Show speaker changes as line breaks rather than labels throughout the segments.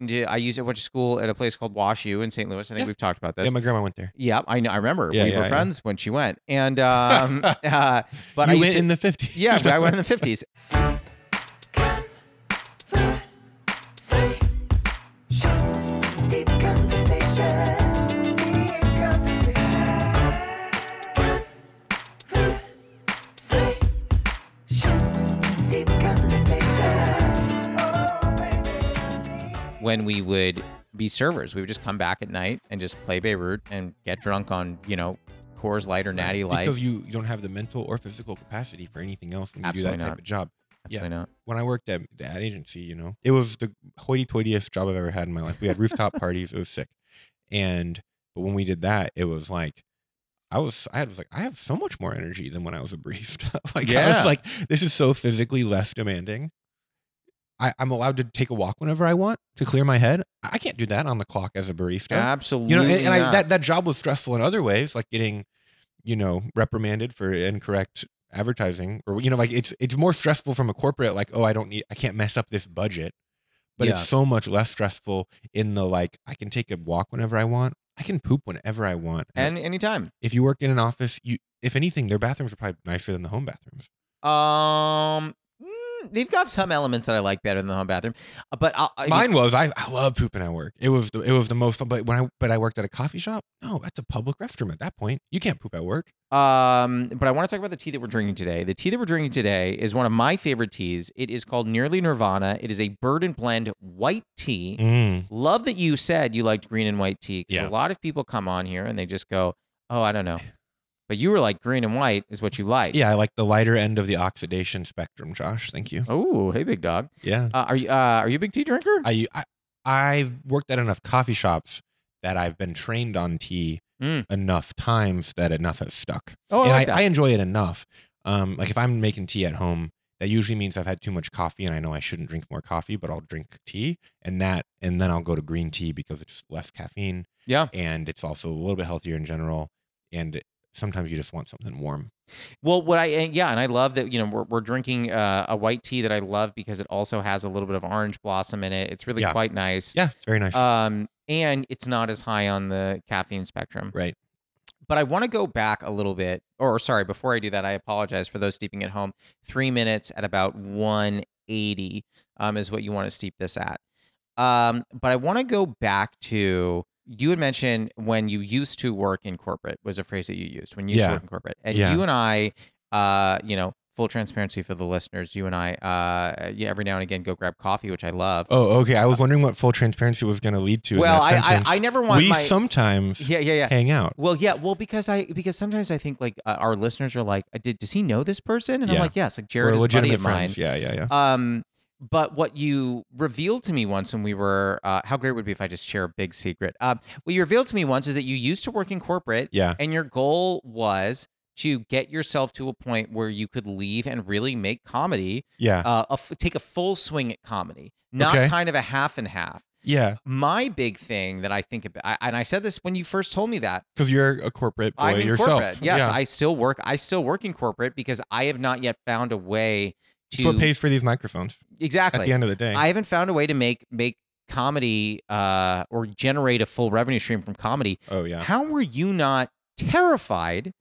Yeah, I used it. Went to school at a place called Wash U in St. Louis. I think
Yeah.
we've talked about this.
Yeah, my grandma went there.
Yeah, I know. I remember
Yeah,
we
yeah,
were
yeah.
friends when she went, and um, uh, but I
you
used
went
to,
in the 50s.
yeah, but I went in the fifties.
Steep conversations, steep conversations, steep conversations. Oh, baby, steep.
When we would be servers, we would just come back at night and just play Beirut and get drunk on you know Coors Light or Natty Light.
Because you, you don't have the mental or physical capacity for anything else when you
Absolutely
do that type
not.
of job. yeah.
Absolutely not.
When I worked at the ad agency, you know, it was the hoity-toityest job I've ever had in my life. We had rooftop parties. It was sick. And but when we did that, it was like I was I was like I have so much more energy than when I was a barista. like I
Yeah.
was like this is so physically less demanding. I, I'm allowed to take a walk whenever I want to clear my head. I can't do that on the clock as a barista.
Absolutely.
you know, and, and I,
not.
that that job was stressful in other ways, like getting, you know, reprimanded for incorrect advertising, or you know, like it's it's more stressful from a corporate, like oh, I don't need, I can't mess up this budget, but
Yeah.
it's so much less stressful in the like I can take a walk whenever I want, I can poop whenever I want,
and anytime.
if you work in an office, you if anything, their bathrooms are probably nicer than the home bathrooms.
Um, mm, they've got some elements that I like better than the home bathroom, Uh, but I'll, I
Mine was I, I love pooping at work. It was the, it was the most fun, but when I but I worked at a coffee shop, no, that's a public restroom. At that point, you can't poop at work.
Um, but I want to talk about the tea that we're drinking today. The tea that we're drinking today is one of my favorite teas. It is called Nearly Nirvana. It is a bird and blend white tea. Love that you said you liked green and white tea because
Mm. Yeah.
a lot of people come on here and they just go, "Oh, I don't know," but you were like, "Green and white is what you like."
Yeah, I like the lighter end of the oxidation spectrum, Josh. Thank you.
Oh, hey, big dog.
Yeah.
Uh, are you uh, are you a big tea drinker?
I, I I've worked at enough coffee shops that I've been trained on tea
Mm.
enough times that enough has stuck.
oh, I
and
like
I,
that.
I enjoy it enough. Um, like if I'm making tea at home, that usually means I've had too much coffee and I know I shouldn't drink more coffee, but I'll drink tea and that and then I'll go to green tea because it's less caffeine
yeah.
and it's also a little bit healthier in general. And sometimes you just want something warm.
Well, what I and yeah, and I love that you know we're we're drinking uh, a white tea that I love because it also has a little bit of orange blossom in it. It's really
Yeah.
quite nice.
Yeah, it's very nice.
Um, and it's not as high on the caffeine spectrum.
right.
But I want to go back a little bit, or sorry, before I do that, I apologize for those steeping at home. Three minutes at about 180 um, is what you want to steep this at. Um, but I want to go back to you had mentioned when you used to work in corporate was a phrase that you used when you used
Yeah.
to work in corporate, and
Yeah.
you and I, uh, you know, full transparency for the listeners, you and I, uh, yeah, every now and again go grab coffee, which I love.
Oh, okay. I was wondering what full transparency was going to lead to. in
well,
that
I, I
sentence.
I never want
we
my
sometimes
yeah yeah yeah
hang out.
Well, yeah. Well, because I because sometimes I think like uh, our listeners are like, "Uh, did does he know this person? And I'm
Yeah.
like, yes, like
We're
Jared is a buddy
legitimate
of mine.
friends. Yeah, yeah, yeah.
Um, but what you revealed to me once when we were, uh, how great would it be if I just share a big secret? Um, what you revealed to me once is that you used to work in corporate,
yeah.
and your goal was to get yourself to a point where you could leave and really make comedy,
Yeah.
uh, a f- take a full swing at comedy, not
Okay.
kind of a half and half.
yeah.
My big thing that I think about, I, and I said this when you first told me that.
Because you're a corporate boy
I'm in
yourself.
corporate. Yes,
yeah.
I still work. I still work in corporate because I have not yet found a way
It's
to
what pays for these microphones
exactly.
at the end of the day.
I haven't found a way to make make comedy uh, or generate a full revenue stream from comedy.
oh, yeah.
How were you not terrified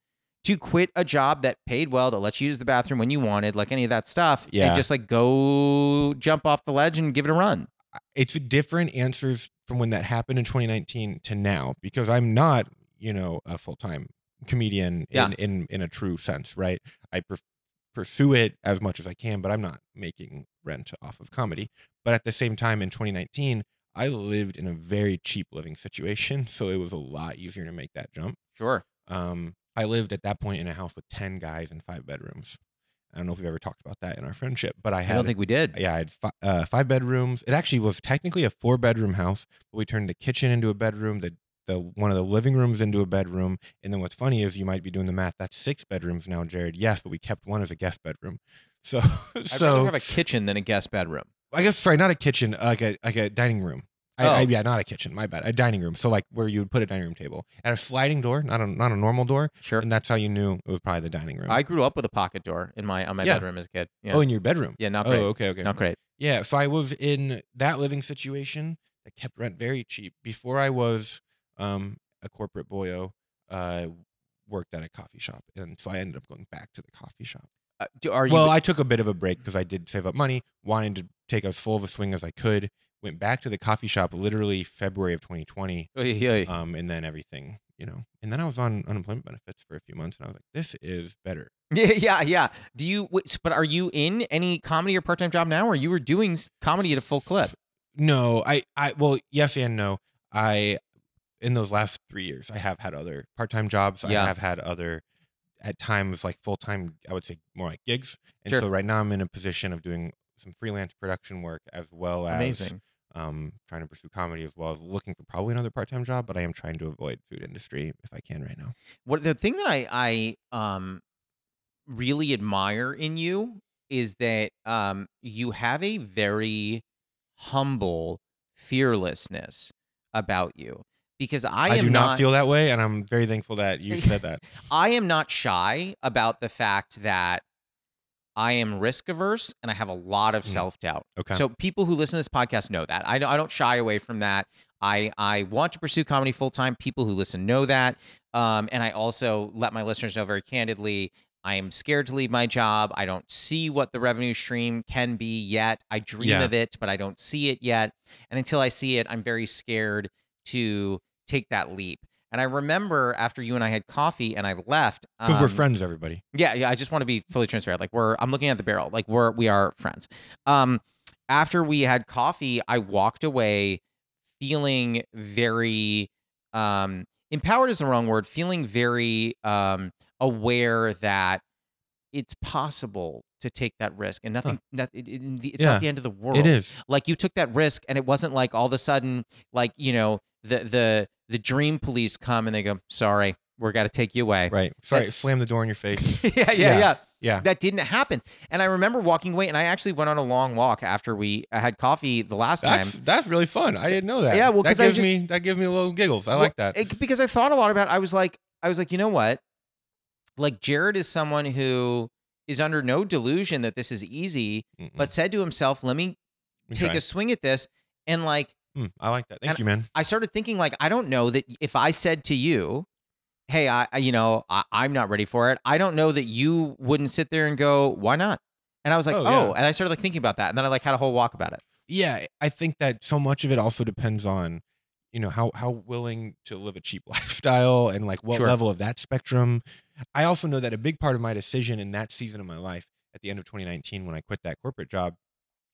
to quit a job that paid well, that lets you use the bathroom when you wanted, like any of that stuff,
Yeah.
and just like go jump off the ledge and give it a run?
It's different answers from when that happened in 2019 to now because I'm not, you know, a full time comedian
Yeah.
in, in, in a true sense, right? I per- pursue it as much as I can, but I'm not making rent off of comedy. But at the same time, in 2019, I lived in a very cheap living situation. So it was a lot easier to make that jump.
Sure.
Um, I lived at that point in a house with 10 guys and five bedrooms. I don't know if we've ever talked about that in our friendship, but I
I
had,
don't think we did.
yeah, I had fi- uh, five bedrooms. It actually was technically a four bedroom house, but we turned the kitchen into a bedroom, the, the one of the living rooms into a bedroom. And then what's funny is you might be doing the math. That's six bedrooms now, Jared. Yes, but we kept one as a guest bedroom. So,
I'd
so
rather have a kitchen than a guest bedroom.
I guess sorry, not a kitchen, uh, like a like a dining room. I, I,
Oh.
yeah, not a kitchen. My bad. A dining room. So like where you would put a dining room table and a sliding door, not a not a normal door.
Sure.
And that's how you knew it was probably the dining room.
I grew up with a pocket door in my on my
Yeah.
bedroom as a kid. Yeah.
Oh, in your bedroom.
yeah, not
oh,
great.
okay, okay.
Not great.
Yeah. So I was in that living situation that kept rent very cheap. Before I was um, a corporate boyo, uh, worked at a coffee shop, and so I ended up going back to the coffee shop.
Uh, do, are you?
well, I took a bit of a break because I did save up money, wanted to take as full of a swing as I could. Went back to the coffee shop literally February of 2020,
Oy, oy, oy.
um, and then everything, you know. And then I was on unemployment benefits for a few months, and I was like, "This is better."
yeah, yeah, yeah. Do you? wait, s- But are you in any comedy or part-time job now, or you were doing s- comedy at a full clip?
No, I, I, well, yes and no. I, in those last three years, I have had other part time jobs.
Yeah.
I have had other, at times, like full time, I would say more like gigs. And
Sure.
so right now I'm in a position of doing some freelance production work as well as
Amazing.
um, trying to pursue comedy as well as looking for probably another part time job, but I am trying to avoid food industry if I can right now.
What the thing that I I um really admire in you is that um you have a very humble fearlessness about you because I,
I,
am
do not, feel that way. And I'm very thankful that you said that.
I am not shy about the fact that I am risk averse and I have a lot of
Mm.
self doubt.
Okay.
So people who listen to this podcast know that. I don't, I don't shy away from that. I, I want to pursue comedy full time. People who listen know that. Um, and I also let my listeners know very candidly I am scared to leave my job. I don't see what the revenue stream can be yet. I dream
Yeah.
of it, but I don't see it yet. And until I see it, I'm very scared to take that leap. And I remember after you and I had coffee and I left.
because we're
um,
friends, everybody.
yeah, yeah. I just want to be fully transparent. Like we're, I'm looking at the barrel. Like we're, we are friends. Um, after we had coffee, I walked away feeling very, um, empowered is the wrong word. Feeling very, um, aware that it's possible to take that risk, and nothing, noth- it- it- it's
Yeah,
not the end of the world
It is.
like you took that risk and it wasn't like all of a sudden like you know the the the dream police come and they go sorry we're got to take you away
Right. Sorry. slam the door in your face.
yeah, yeah yeah
Yeah. Yeah.
that didn't happen and i remember walking away and i actually went on a long walk after we had coffee the last
That's
time
that's really fun. I didn't know that.
Yeah, well,
that
'cause I
gives
just-
me that gives me a little giggles. I
Well,
like that.
it- because i thought a lot about it i was like i was like you know what like jared is someone who is under no delusion that this is easy
Mm-mm.
but said to himself let me
Let me
take
try.
a swing at this and like
Mm, I like that. Thank
and-
you, man.
I started thinking like I don't know that if I said to you, "Hey, I I- you know I, I'm not ready for it," I don't know that you wouldn't sit there and go, "Why not?" And I was like, "Oh,",
Oh, yeah.
and I started like thinking about that, and then I like had a whole walk about it.
Yeah, I think that so much of it also depends on, you know, how how willing to live a cheap lifestyle and like what
Sure.
level of that spectrum. I also know that a big part of my decision in that season of my life at the end of 2019 when I quit that corporate job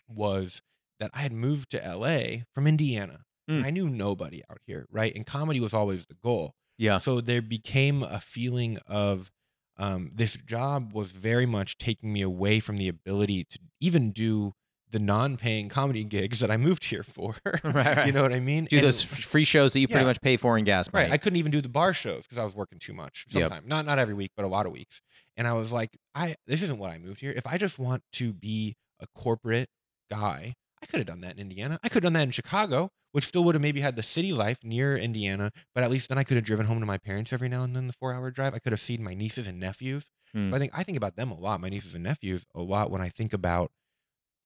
was that I had moved to LA from Indiana.
Mm.
I knew nobody out here, right? And comedy was always the goal.
Yeah.
So there became a feeling of um, this job was very much taking me away from the ability to even do the non-paying comedy gigs that I moved here for.
Right, right.
You know what I mean?
Do
And-
those f- free shows that you pretty
Yeah.
much pay for in gas money.
Right. I couldn't even do the bar shows because I was working too much.
Yep.
Sometimes, not not every week, but a lot of weeks. And I was like, I this isn't what I moved here. If I just want to be a corporate guy, I could have done that in Indiana. I could have done that in Chicago, which still would have maybe had the city life near Indiana. But at least then I could have driven home to my parents every now and then the four hour drive. I could have seen my nieces and nephews.
Hmm.
So I think I think about them a lot, my nieces and nephews a lot when I think about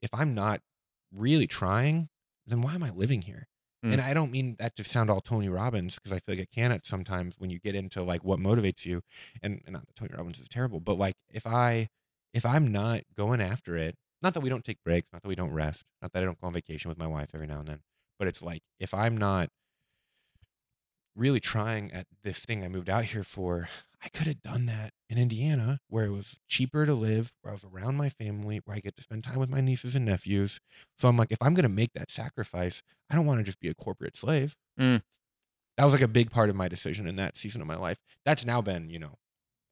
if I'm not really trying, then why am I living here?
Mm.
And I don't mean that to sound all Tony Robbins because I feel like it can at sometimes when you get into like what motivates you. And, and not that Tony Robbins is terrible, but like if I if I'm not going after it, not that we don't take breaks, not that we don't rest, not that I don't go on vacation with my wife every now and then, but it's like if I'm not really trying at this thing I moved out here for, I could have done that in Indiana where it was cheaper to live, where I was around my family, where I get to spend time with my nieces and nephews. So I'm like, if I'm going to make that sacrifice, I don't want to just be a corporate slave.
Mm.
That was like a big part of my decision in that season of my life. That's now been, you know,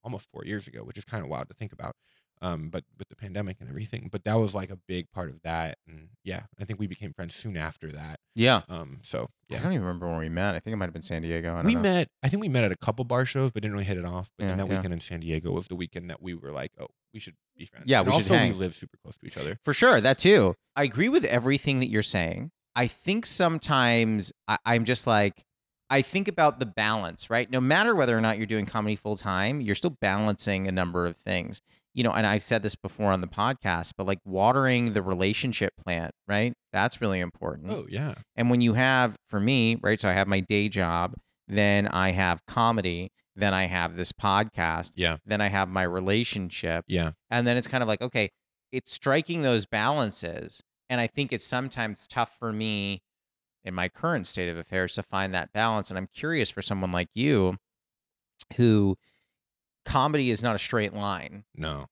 almost four years ago, which is kind of wild to think about. Um, but with the pandemic and everything, but that was like a big part of that. And yeah, I think we became friends soon after that.
yeah.
Um, so yeah,
I don't even remember when we met. I think it might have been San Diego. I don't
we
know.
met. I think we met at a couple bar shows, but didn't really hit it off. But
Yeah,
then that
yeah.
weekend in San Diego was the weekend that we were like, oh, we should be friends.
Yeah,
And
we should
also
hang.
we live super close to each other.
For sure, that too. I agree with everything that you're saying. I think sometimes I, I'm just like, I think about the balance, right? No matter whether or not you're doing comedy full time, you're still balancing a number of things. you know, and I've said this before on the podcast, but like watering the relationship plant, right? That's really important.
Oh yeah.
And when you have, for me, right? So I have my day job, then I have comedy, then I have this podcast,
Yeah.
then I have my relationship.
Yeah.
And then it's kind of like, okay, it's striking those balances. And I think it's sometimes tough for me in my current state of affairs to find that balance. And I'm curious for someone like you who comedy is not a straight line.
No.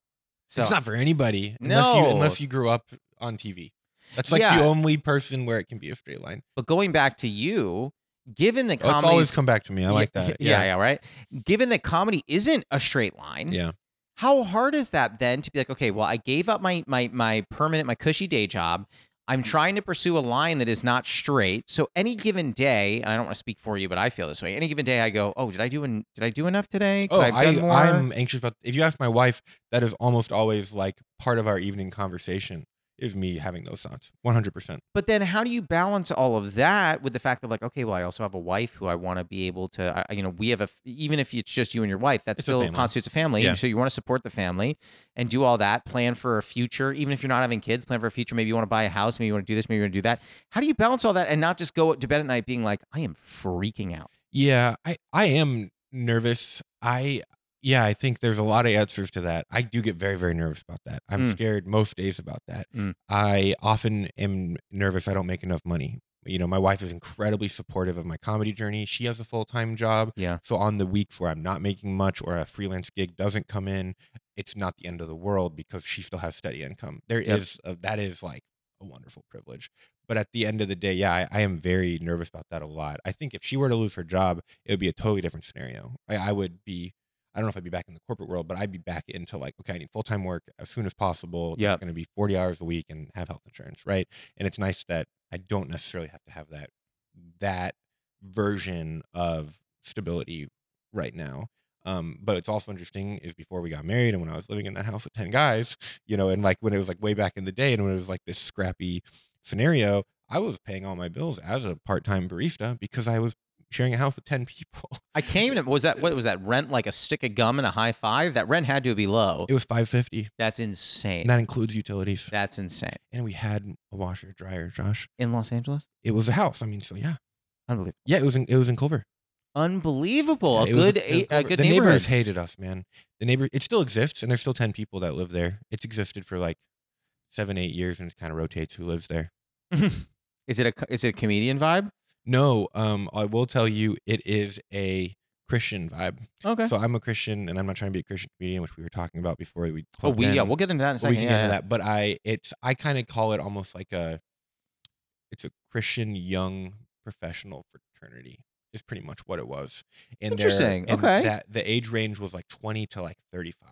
So
it's not for anybody. Unless you,
No.
unless you grew up on TV. That's like
Yeah.
the only person where it can be a straight line. Oh,
But going back to you, given that
It's
comedy
always come back to me. I like
yeah,
that.
Yeah, yeah, right. Given that comedy isn't a straight line,
Yeah.
how hard is that then to be like, okay, well, I gave up my my my permanent, my cushy day job. I'm trying to pursue a line that is not straight. So any given day, and I don't want to speak for you, but I feel this way. Any given day, I go, oh, did I do an, did I do enough today? Could
Oh,
I have done
I,
more?
I'm anxious about. If you ask my wife, that is almost always like part of our evening conversation. Is me having those thoughts, 100. percent
But then how do you balance all of that with the fact that like, okay, well, I also have a wife who I want to be able to, I, you know, we have a, f- even if it's just you and your wife, that
It's a
still
family.
constitutes a family.
Yeah.
So you want to support the family and do all that, plan for a future, even if you're not having kids, plan for a future. Maybe you want to buy a house, maybe you want to do this, maybe you want to do that. How do you balance all that and not just go to bed at night being like, I am freaking out?
Yeah, I I am nervous. I yeah, I think there's a lot of answers to that. I do get very very nervous about that. I'm
Mm.
scared most days about that.
Mm.
I often am nervous I don't make enough money. You know, my wife is incredibly supportive of my comedy journey. She has a full-time job.
Yeah.
So on the weeks where I'm not making much or a freelance gig doesn't come in, it's not the end of the world because she still has steady income. There is
Yep.
a, that is like a wonderful privilege. But at the end of the day, yeah, I, I am very nervous about that a lot. I think if she were to lose her job, it would be a totally different scenario. I, I would be, I don't know if I'd be back in the corporate world, but I'd be back into like, okay, I need full time work as soon as possible.
Yep.
It's going to be 40 hours a week and have health insurance, right? And it's nice that I don't necessarily have to have that, that version of stability right now. Um, but it's also interesting is before we got married and when I was living in that house with 10 guys, you know, and like when it was like way back in the day and when it was like this scrappy scenario, I was paying all my bills as a part time barista because I was sharing a house with 10 people.
I can't even, was that, what was that rent? Like a stick of gum and a high five? That rent had to be low.
It was 550
That's insane.
and that includes utilities.
That's insane.
And we had a washer, dryer, Josh.
In Los Angeles?
It was a house. I mean, so yeah.
Unbelievable.
Yeah, it was in, it was in Culver.
Unbelievable.
Yeah,
a
it was
good,
it was
a, a
Culver.
good
The
neighborhood.
neighbors hated us, man. The neighbor it still exists and there's still 10 people that live there. It's existed for like 7 8 years and it kind of rotates who lives there.
is it a co- is it a comedian vibe?
No, um, I will tell you, it is a Christian vibe.
Okay.
So I'm a Christian, and I'm not trying to be a Christian comedian, which we were talking about before we.
oh,
plugged
we yeah,
in.
we'll get into that in a
But
second.
we can
yeah,
get into
yeah.
that. But I, it's I kind of call it almost like a, it's a Christian young professional fraternity. Is pretty much what it was. And there-
Interesting,
and
okay.
That the age range was like 20 to like 35.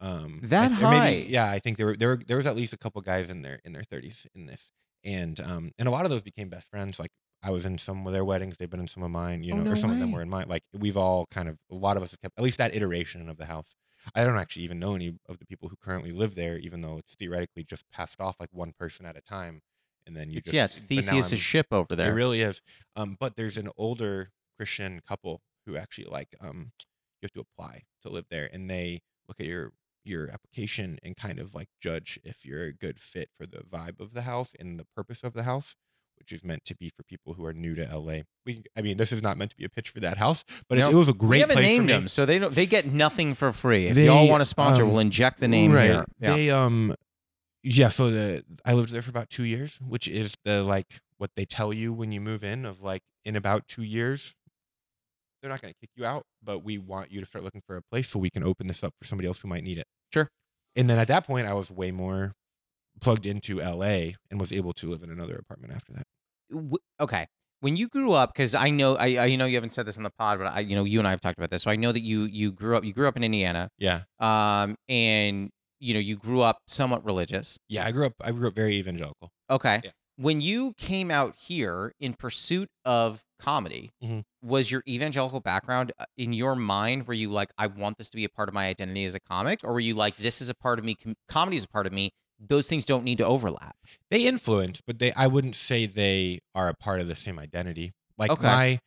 Um, I
That
th- or maybe-
high?
yeah, I think there were there were, there was at least a couple guys in their in their 30s in this, and um, and a lot of those became best friends. Like I was in some of their weddings, they've been in some of mine, you
Oh,
know,
no
or some of them
way.
were in mine. Like we've all kind of a lot of us have kept at least that iteration of the house. I don't actually even know any of the people who currently live there, even though it's theoretically just passed off like one person at a time, and then you
It's,
just
yeah, it's
but now I'm-
Theseus' ship over there.
it really is. Um, but there's an older Christian couple who actually like um, you have to apply to live there, and they look at your your application and kind of like judge if you're a good fit for the vibe of the house and the purpose of the house, which is meant to be for people who are new to LA. We, can- I mean, this is not meant to be a pitch for that house, but
No,
it, it was a
we
great
haven't
place
named
for me.
them, so they don't. They get nothing for free. If y'all
They,
want to sponsor,
um,
we'll inject the name
right.
here. Yeah.
They um yeah, so the I lived there for about 2 years, which is the like what they tell you when you move in of like in about 2 years they're not going to kick you out, but we want you to start looking for a place so we can open this up for somebody else who might need it.
Sure.
And then at that point I was way more plugged into LA and was able to live in another apartment after that.
w- okay when you grew up because i know I, I you know you haven't said this in the pod but i you know you and i have talked about this so i know that you you grew up you grew up in indiana
Yeah.
um and you know you grew up somewhat religious
Yeah, I grew up I grew up very evangelical.
okay
Yeah.
when you came out here in pursuit of comedy
Mhm.
was your evangelical background uh, in your mind were you like i want this to be a part of my identity as a comic or were you like this is a part of me com- comedy is a part of me those things don't need to overlap
they influence, but they I wouldn't say they are a part of the same identity. Like
Okay.
my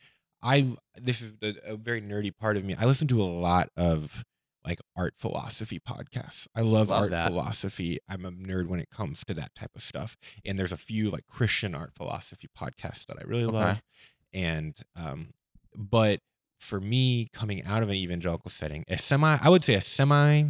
I this is the, a very nerdy part of me. I listen to a lot of like art philosophy podcasts. I love,
Love
art
that.
philosophy. I'm a nerd when it comes to that type of stuff. And there's a few like Christian art philosophy podcasts that I really
Okay.
love. And um but for me coming out of an evangelical setting, a semi I would say a semi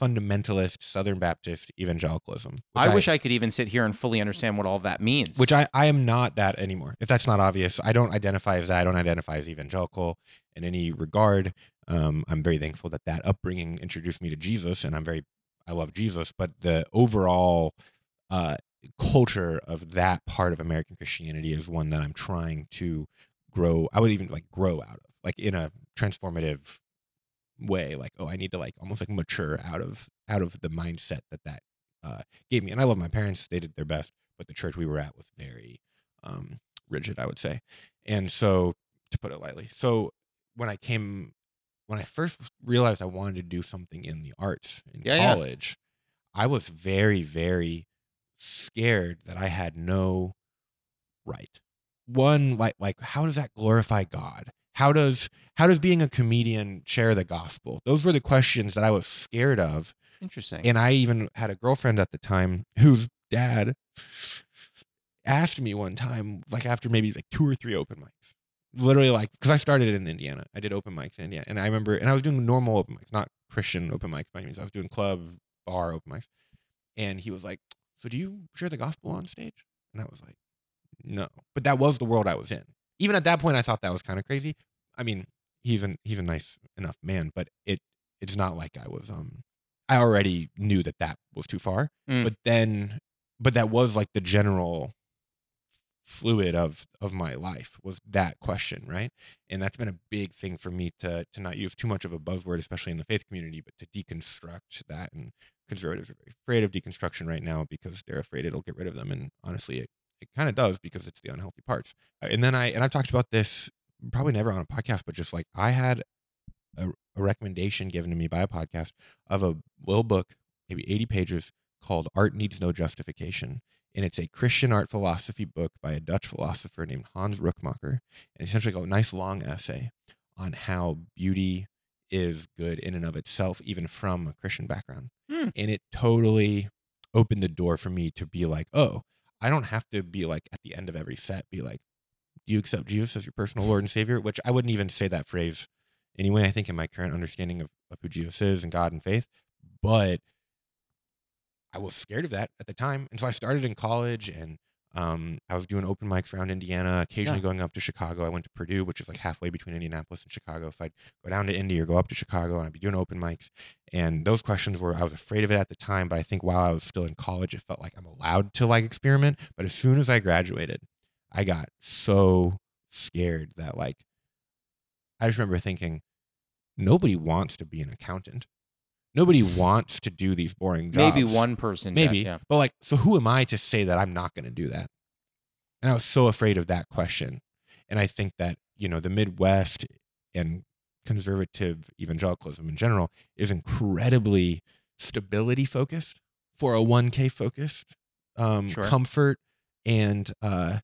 fundamentalist Southern Baptist evangelicalism. which
I, wish I could even sit here and fully understand what all that means.
which I, I am not that anymore. If that's not obvious, I don't identify as that. I don't identify as evangelical in any regard. Um, I'm very thankful that that upbringing introduced me to Jesus, and I'm very I love Jesus. But the overall uh, culture of that part of American Christianity is one that I'm trying to grow. I would even like grow out of, like in a transformative way. Like, oh, I need to like almost like mature out of out of the mindset that that uh, gave me. And I love my parents; they did their best but the church we were at was very um, rigid, I would say. And so, to put it lightly, so when I came, when I first realized I wanted to do something in the arts in
Yeah, yeah.
college, I was very, very scared that I had no right. One, like, like how does that glorify God? How does how does being a comedian share the gospel? Those were the questions that I was scared of
interesting.
and I even had a girlfriend at the time whose dad asked me one time, like after maybe like two or three open mics, literally like because I started in Indiana, I did open mics in Indiana, and I remember, and I was doing normal open mics, not Christian open mics by any means. I was doing club, bar open mics, and he was like, "So do you share the gospel on stage?" And I was like, "No," but that was the world I was in. Even at that point, I thought that was kind of crazy. I mean, he's an he's a nice enough man, but it it's not like I was um I already knew that that was too far,
Mm.
but then but that was like the general fluid of of my life was that question, right? And that's been a big thing for me to to not use too much of a buzzword especially in the faith community, but to deconstruct that and conservatives are very afraid of deconstruction right now because they're afraid it'll get rid of them and honestly it it kind of does because it's the unhealthy parts. Uh, And then I and I've talked about this probably never on a podcast, but just like I had a, a recommendation given to me by a podcast of a little book, maybe 80 pages, called Art Needs No Justification. And it's a Christian art philosophy book by a Dutch philosopher named Hans Ruckmacher. And essentially, a nice long essay on how beauty is good in and of itself, even from a Christian background.
Hmm.
And it totally opened the door for me to be like, oh, I don't have to be like at the end of every set, be like, do you accept Jesus as your personal Lord and Savior? Which I wouldn't even say that phrase anyway, I think in my current understanding of, of who Jesus is and God and faith. But I was scared of that at the time. And so I started in college and um, I was doing open mics around Indiana, occasionally
Yeah.
going up to Chicago. I went to Purdue, which is like halfway between Indianapolis and Chicago. So I'd go down to Indy or go up to Chicago and I'd be doing open mics. And those questions were, I was afraid of it at the time, but I think while I was still in college, it felt like I'm allowed to like experiment. But as soon as I graduated, I got so scared that like I just remember thinking, nobody wants to be an accountant. Nobody wants to do these boring jobs.
Maybe one person. did,
Maybe.
yeah.
But like, so who am I to say that I'm not going to do that? And I was so afraid of that question. And I think that, you know, the Midwest and conservative evangelicalism in general is incredibly stability focused, 401k focused, um,
Sure.
comfort. And uh,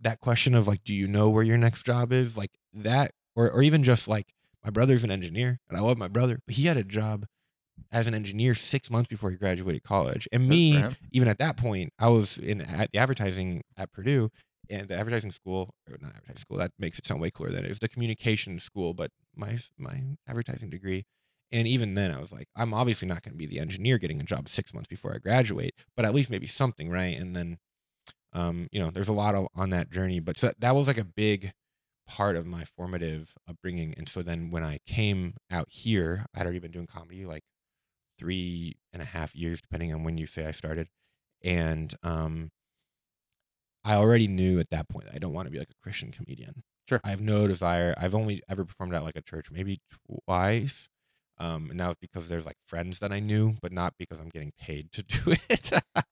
that question of like, do you know where your next job is? Like that, or, or even just like, my brother's an engineer and I love my brother, but he had a job as an engineer six months before he graduated college. And
Good for
me,
him.
even at that point, I was in at the advertising at Purdue and the advertising school, or not advertising school, that makes it sound way cooler than it is, the communication school, but my my advertising degree. And even then, I was like, I'm obviously not going to be the engineer getting a job six months before I graduate, but at least maybe something, right? And then, um, you know, there's a lot of, on that journey, but so that was like a big part of my formative upbringing. And so then when I came out here, I'd already been doing comedy like three and a half years, depending on when you say I started. And um, I already knew at that point I don't want to be like a Christian comedian.
Sure.
I have no desire. I've only ever performed at like a church maybe twice. Um, and that was because there's like friends that I knew, but not because I'm getting paid to do it.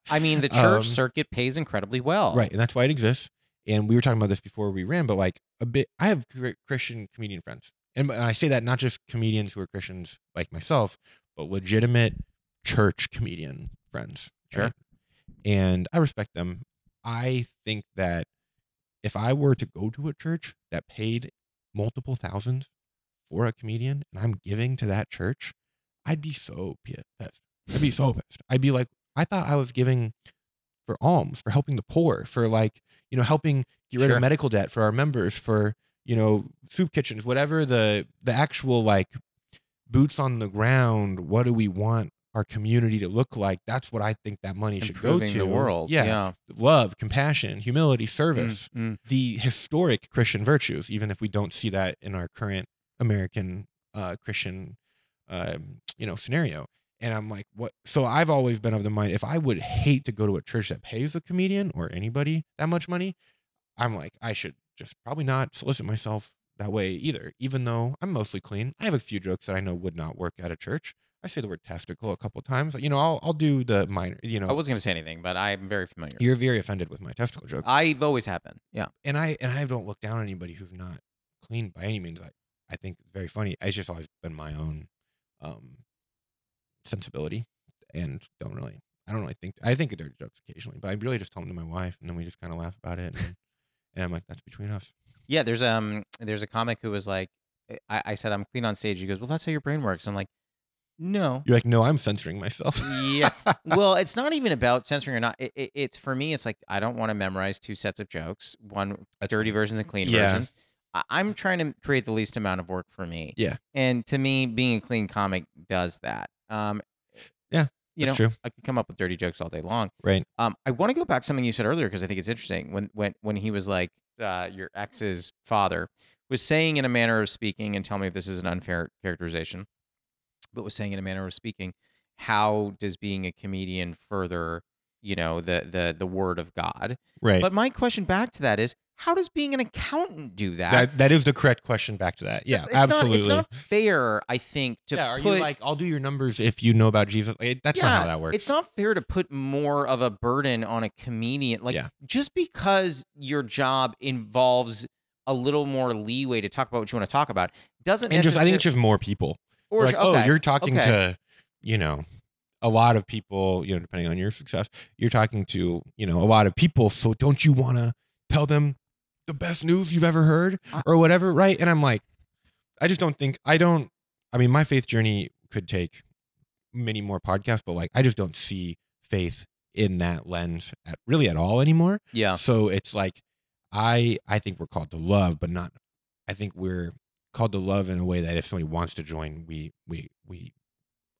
I mean, the church
Um,
circuit pays incredibly well.
Right, and that's why it exists. And we were talking about this before we ran, but like a bit, I have cr- Christian comedian friends, and, and I say that not just comedians who are Christians like myself, but legitimate church comedian friends.
Sure.
right? And I respect them. I think that if I were to go to a church that paid multiple thousands for a comedian, and I'm giving to that church, I'd be so pi- pissed. I'd be so pissed. I'd be like, I thought I was giving for alms, for helping the poor, for like, you know, helping get rid
Sure.
of medical debt for our members, for, you know, soup kitchens, whatever the the actual like boots on the ground, what do we want our community to look like? That's what I think that money should go
Improving
to.
the world.
Yeah.
yeah.
Love, compassion, humility, service
Mm, mm.
the historic Christian virtues, even if we don't see that in our current American uh, Christian, um, you know, scenario. And I'm like, what? So I've always been of the mind if I would hate to go to a church that pays a comedian or anybody that much money, I'm like, I should just probably not solicit myself that way either. Even though I'm mostly clean, I have a few jokes that I know would not work at a church. I say the word testicle a couple times. You know, I'll I'll do the minor. You
I
know,
wasn't going to say anything, but I'm very familiar.
you're very offended with my testicle joke
I've always have been. Yeah.
and I and I don't look down on anybody who's not clean by any means. I I think it's very funny. It's just always been my own um sensibility, and don't really. I don't really think. I think of dirty jokes occasionally, but I really just tell them to my wife, and then we just kind of laugh about it. And, and I'm like, that's between us.
Yeah, there's um there's a comic who was like eh, I, I said I'm clean on stage. He goes, Well, that's how your brain works. I'm like, No.
You're like, no, I'm censoring myself.
yeah. Well, it's not even about censoring or not. It, it, it's for me, it's like I don't want to memorize two sets of jokes, one
That's
dirty versions and clean
Yeah.
versions. I, I'm trying to create the least amount of work for me.
Yeah.
And to me, being a clean comic does that. Um
Yeah,
You know,
That's true,
I could come up with dirty jokes all day long.
right?
Um, I want to go back to something you said earlier because I think it's interesting. When when when he was like, uh, your ex's father was saying in a manner of speaking, and tell me if this is an unfair characterization, but was saying in a manner of speaking, how does being a comedian further, you know, the the the word of God?
Right.
But my question back to that is, how does being an accountant do that?
that, that is the correct question. Back to that. Yeah,
It's not-
absolutely.
it's not fair, I think, to
yeah, are
put
you like, I'll do your numbers if you know about Jesus? Like, that's not how that works.
It's not fair to put more of a burden on a comedian. Like
Yeah.
just because your job involves a little more leeway to talk about what you want to talk about doesn't
and just I think it's
necessarily
just more people.
or
like, oh,
okay,
you're talking
okay.
to, you know, a lot of people, you know, depending on your success, you're talking to, you know, a lot of people. So don't you want to tell them the best news you've ever heard
Uh,
or whatever? Right. And I'm like, I just don't think, I don't, I mean, my faith journey could take many more podcasts, but like, I just don't see faith in that lens at really at all anymore.
yeah.
So it's like I I think we're called to love, but not I think we're called to love in a way that if somebody wants to join, we we we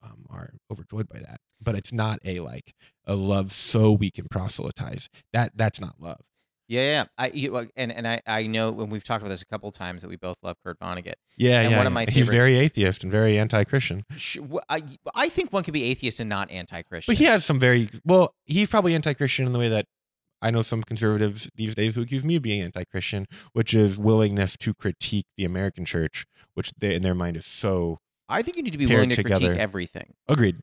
um, are overjoyed by that. But it's not a like a love so we can proselytize. That that's not love.
Yeah, yeah. I you, like, and and I I know when we've talked about this a couple times that we both love Kurt Vonnegut.
Yeah,
And
yeah.
one of
yeah.
my
He's
favorite- Oh,
very atheist and very anti-Christian,
Sh- wh- I, I think one could be atheist and not anti-Christian.
but he has some very well. He's probably anti-Christian in the way that I know some conservatives these days who accuse me of being anti-Christian, which is willingness to critique the American church, which they, in their mind is so
I think you need to be
paired
willing to
together.
critique everything.
agreed.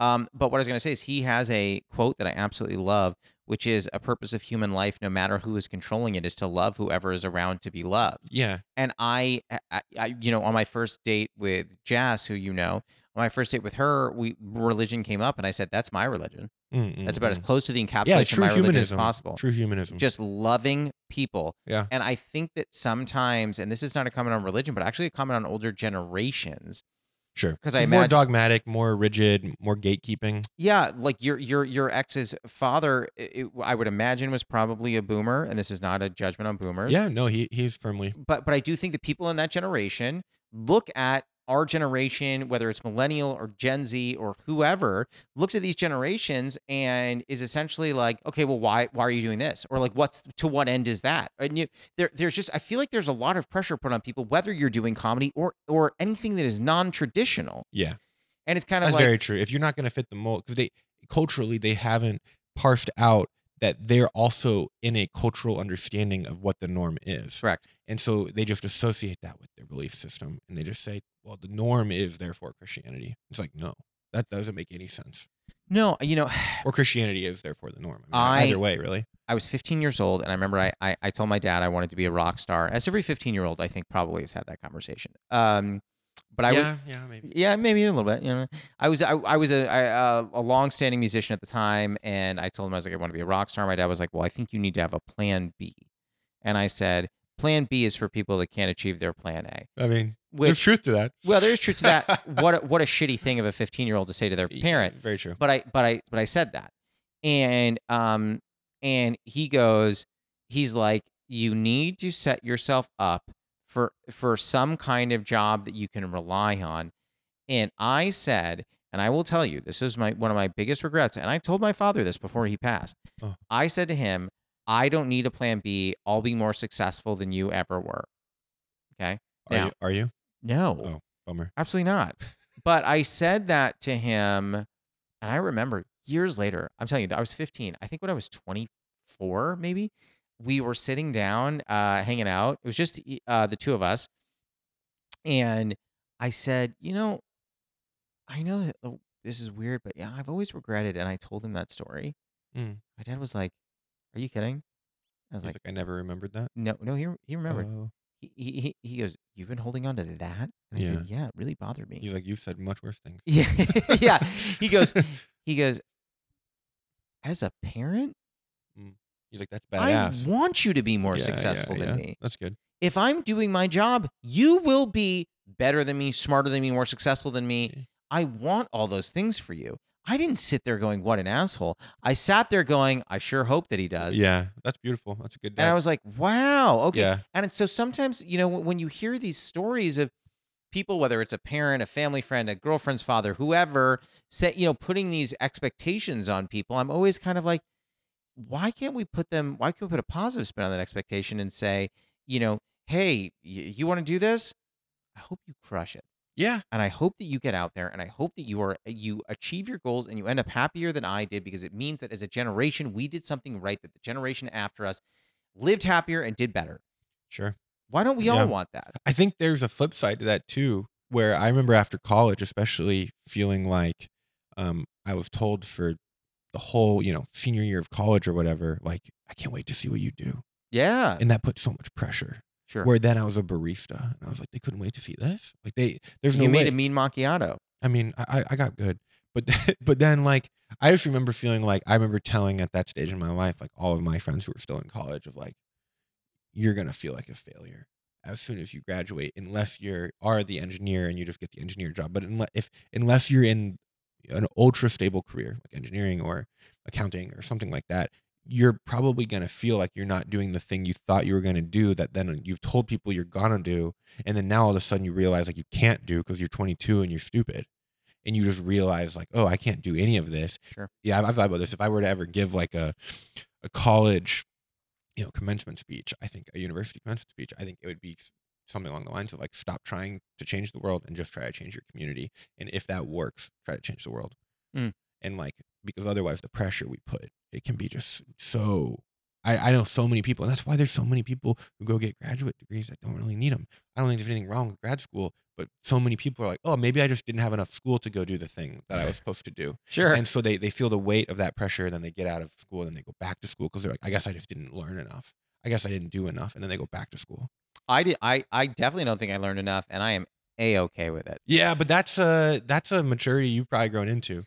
Um, but what I was going to say is he has a quote that I absolutely love, which is a purpose of human life, no matter who is controlling it, is to love whoever is around to be loved.
Yeah.
And I, I, I you know, on my first date with Jazz, who you know, on my first date with her, we religion came up, and I said, "That's my religion. That's about as close to the encapsulation
Mm, Mm-hmm. yeah,
of
true
my religion as
humanism.
possible.
True humanism.
Just loving people."
Yeah.
And I think that sometimes, and this is not a comment on religion, but actually a comment on older generations.
sure.
'cause I
It's more
imag-
dogmatic, more rigid, more gatekeeping.
Yeah, like your your your ex's father, i i- I would imagine, was probably a boomer, and this is not a judgment on boomers.
Yeah, no, he he's firmly
but but I do think the people in that generation look at our generation, whether it's millennial or Gen Z or whoever, looks at these generations and is essentially like, okay, well, why why are you doing this? Or like, what's to what end is that? And you, there there's just I feel like there's a lot of pressure put on people, whether you're doing comedy or or anything that is non traditional,
yeah.
and it's kind of
That's
like
very true. If you're not going to fit the mold, because they culturally they haven't parsed out that they're also in a cultural understanding of what the norm is,
correct.
and so they just associate that with their belief system, and they just say, "Well, the norm is therefore Christianity." It's like, no, that doesn't make any sense.
No, you know.
Or Christianity is therefore the norm. I
I-
mean, either way, really.
I was 15 years old, and I remember I, I, I told my dad I wanted to be a rock star. As every 15 year old, I think probably has had that conversation. Um, but I was,
yeah, yeah, maybe.
yeah, maybe a little bit. You know, I was I, I was a, a a long-standing musician at the time, and I told him I was like I want to be a rock star. My dad was like, well, I think you need to have a plan B, and I said, plan B is for people that can't achieve their plan A.
I mean, There's
Which,
truth to that.
well, there's truth to that. what a, what a shitty thing of a 15 year old to say to their parent.
Very true.
But I but I but I said that, and um and he goes, he's like, you need to set yourself up for for some kind of job that you can rely on, and I said. And I will tell you, this is my one of my biggest regrets. And I told my father this before he passed.
Oh.
I said to him, "I don't need a plan B. I'll be more successful than you ever were."
Are
now-
you? Are you?
No,
Oh. Bummer.
Absolutely not. But I said that to him, and I remember years later. I'm telling you, I was 15. I think when I was 24, maybe we were sitting down, uh, hanging out. It was just uh, the two of us, and I said, you know, I know that oh, this is weird, but yeah, I've always regretted. And I told him that story.
Mm.
My dad was like, "Are you kidding?" I was
He's
like,
like, I never remembered that.
"No, no, he he remembered."
Oh.
He, he he he goes, "You've been holding on to that?" And I said, "Yeah, it really bothered me."
He's like, you've said much worse things.
Yeah, yeah. He goes, he goes. As a parent,
He's like, that's
I
badass.
want you to be more
Yeah, yeah,
successful
yeah.
than me.
That's good.
If I'm doing my job, you will be better than me, smarter than me, more successful than
Yeah.
me. I want all those things for you. I didn't sit there going, "What an asshole." I sat there going, "I sure hope that he does."
Yeah, that's beautiful. That's a good.
And I
dad.
was like, "Wow, okay."
Yeah.
And it's- so sometimes, you know, when when you hear these stories of people, whether it's a parent, a family friend, a girlfriend's father, whoever, set, you know, putting these expectations on people, I'm always kind of like, why can't we put them, why can't we put a positive spin on that expectation and say, you know, hey, y- you want to do this? I hope you crush it.
Yeah.
And I hope that you get out there and I hope that you are you achieve your goals and you end up happier than I did because it means that as a generation we did something right that the generation after us lived happier and did better.
Sure.
Why don't we
Yeah.
all want that?
I think there's a flip side to that too, where I remember after college, especially feeling like um, I was told for the whole, you know, senior year of college or whatever, like, I can't wait to see what you do.
Yeah,
And that put so much pressure.
sure.
Where then I was a barista and I was like, they couldn't wait to see this. Like, they, there's no
you
way.
made a mean macchiato.
I mean, I, I- I got good, but th- but then like I just remember feeling like I remember telling at that stage in my life, like all of my friends who were still in college, of like, you're gonna feel like a failure as soon as you graduate, unless you're are the engineer and you just get the engineer job. But unless if unless you're in an ultra stable career like engineering or accounting or something like that, you're probably gonna feel like you're not doing the thing you thought you were gonna do that then you've told people you're gonna do, and then now all of a sudden you realize like you can't do because you're 22 and you're stupid and you just realize like oh i can't do any of this
Sure.
yeah i've, I've thought about this if i were to ever give like a a college you know commencement speech i think a university commencement speech i think it would be something along the lines of like stop trying to change the world and just try to change your community and if that works try to change the world
Mm.
and like because otherwise the pressure we put it can be just so I, I know so many people and that's why there's so many people who go get graduate degrees that don't really need them i don't think there's anything wrong with grad school but so many people are like oh maybe i just didn't have enough school to go do the thing that i was supposed to do
Sure.
and so they, they feel the weight of that pressure and then they get out of school and then they go back to school because they're like i guess i just didn't learn enough i guess i didn't do enough and then they go back to school
I did. I I definitely don't think I learned enough, and I am a okay with it.
yeah but that's a that's a maturity you've probably grown into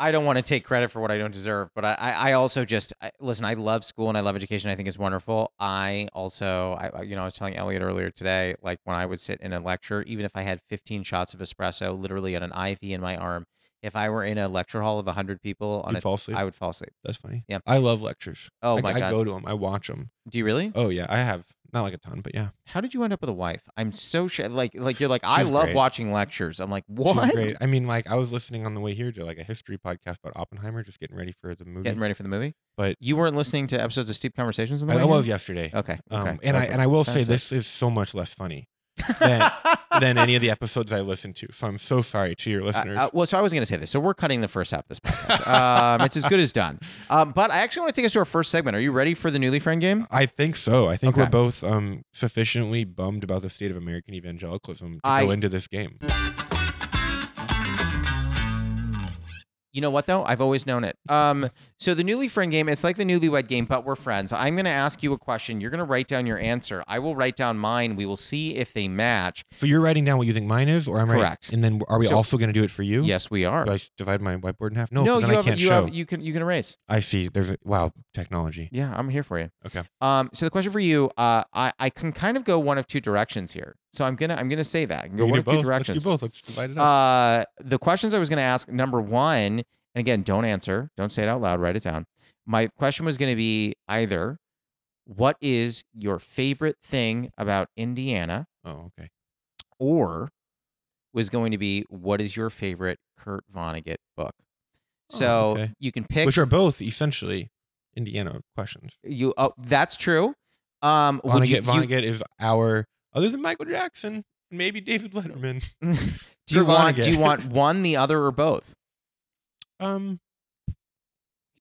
I don't want to take credit for what I don't deserve, but I I, I also just I, listen. I love school and I love education. I think it's wonderful. I also I I- you know I was telling Elliot earlier today, like when I would sit in a lecture, even if I had 15 shots of espresso, literally on an IV in my arm, if I were in a lecture hall of 100 people on
you
a,
fall asleep
I would fall asleep.
that's funny
Yeah.
i love lectures
Oh
I,
my
I
god.
go to them i watch them
Do you really?
oh yeah i have not like a ton but yeah
How did you end up with a wife? I'm so sure. Like like you're like I
She's
love
great.
watching lectures. I'm like
She's
what?
great. i mean like i was listening on the way here to like a history podcast about oppenheimer just getting ready for the movie
getting ready for the movie.
But-
you weren't listening to episodes of Steep Conversations on the
I,
way.
I was
here?
yesterday
Okay.
Um,
okay.
and I
was
and I will say
offensive.
this is so much less funny than than any of the episodes I listened to. So I'm so sorry to your
Uh,
listeners.
uh, well, so I was going to say this. So we're cutting the first half of this podcast. um, it's as good as done. Um, but I actually want to take us to our first segment. Are you ready for the newly friend game?
I think so. I think we're
Okay.
both um, sufficiently bummed about the state of American evangelicalism to
I-
go into this game.
You know what though? I've always known it. Um, so the newly friend game, it's like the newlywed game, but we're friends. I'm going to ask you a question. You're going to write down your answer. I will write down mine. We will see if they match.
So you're writing down what you think mine is, or I'm writing-
Correct.
and then are we
So-
also going to do it for you?
Yes, we are.
Do I s- divide my whiteboard in half? No,
no,
Oh, 'cause
you
then I
have,
can't
you
show.
have, you can, you can erase.
I see. There's a wow technology.
Yeah, I'm here for you.
Okay.
Um, so the question for you, uh, I, I can kind of go one of two directions here. So I'm gonna I'm gonna say that. I can go
We
one
can
of
do
two
both.
directions.
Let's do both. Let's divide it up.
Uh, the questions I was going to ask number one, and again, don't answer, don't say it out loud, write it down. My question was going to be either what is your favorite thing about Indiana,
oh, okay.
or was going to be what is your favorite Kurt Vonnegut book?
Oh,
So
okay.
you can pick.
Which are both essentially Indiana questions.
you oh, that's true. Um, would you-
Vonnegut, Vonnegut is our other than Michael Jackson, maybe David Letterman.
you, do you
Kurt
want do you
Vonnegut.
want one, the other, or both?
Um,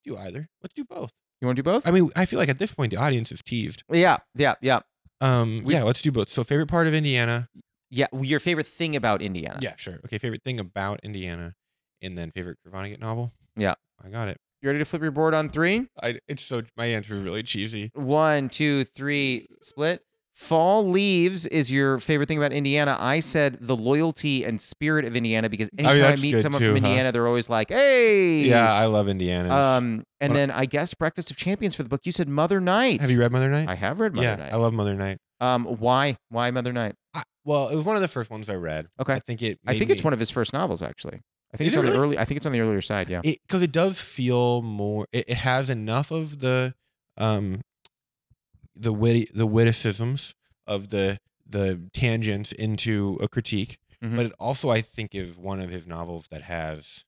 do either. Let's do both.
You want to do both?
I mean, I feel like at this point the audience is teased.
yeah, yeah, yeah,
Um,
We-
yeah, let's do both. So favorite part of Indiana.
yeah. Your favorite thing about Indiana?
Yeah, sure. Okay, favorite thing about Indiana, and then favorite Kurt Vonnegut novel.
Yeah.
I got it.
You ready to flip your board on three?
I it's so my answer is really cheesy.
One, two, three, split. Fall leaves is your favorite thing about Indiana. I said the loyalty and spirit of Indiana because
mean,
anytime I,
that's
meet
good
someone
too,
from
huh?
Indiana, they're always like, "Hey."
Yeah, I love Indiana.
Um, and
Well-
then I guess Breakfast of Champions for the book. You said Mother Night.
Have you read Mother Night?
I have read Mother
yeah,
Night.
I love Mother Night.
um, why? Why Mother Night?
I, well, it was one of the first ones I read.
Okay.
I think it.
I think it's one of his first novels, actually. I think
Is
it's
it
on the
really?
early. I think it's on the earlier side. Yeah.
because it, does feel more. It, it has enough of the, um, the witty the witticisms of the the tangents into a critique,
Mhm.
but it also I think is one of his novels that has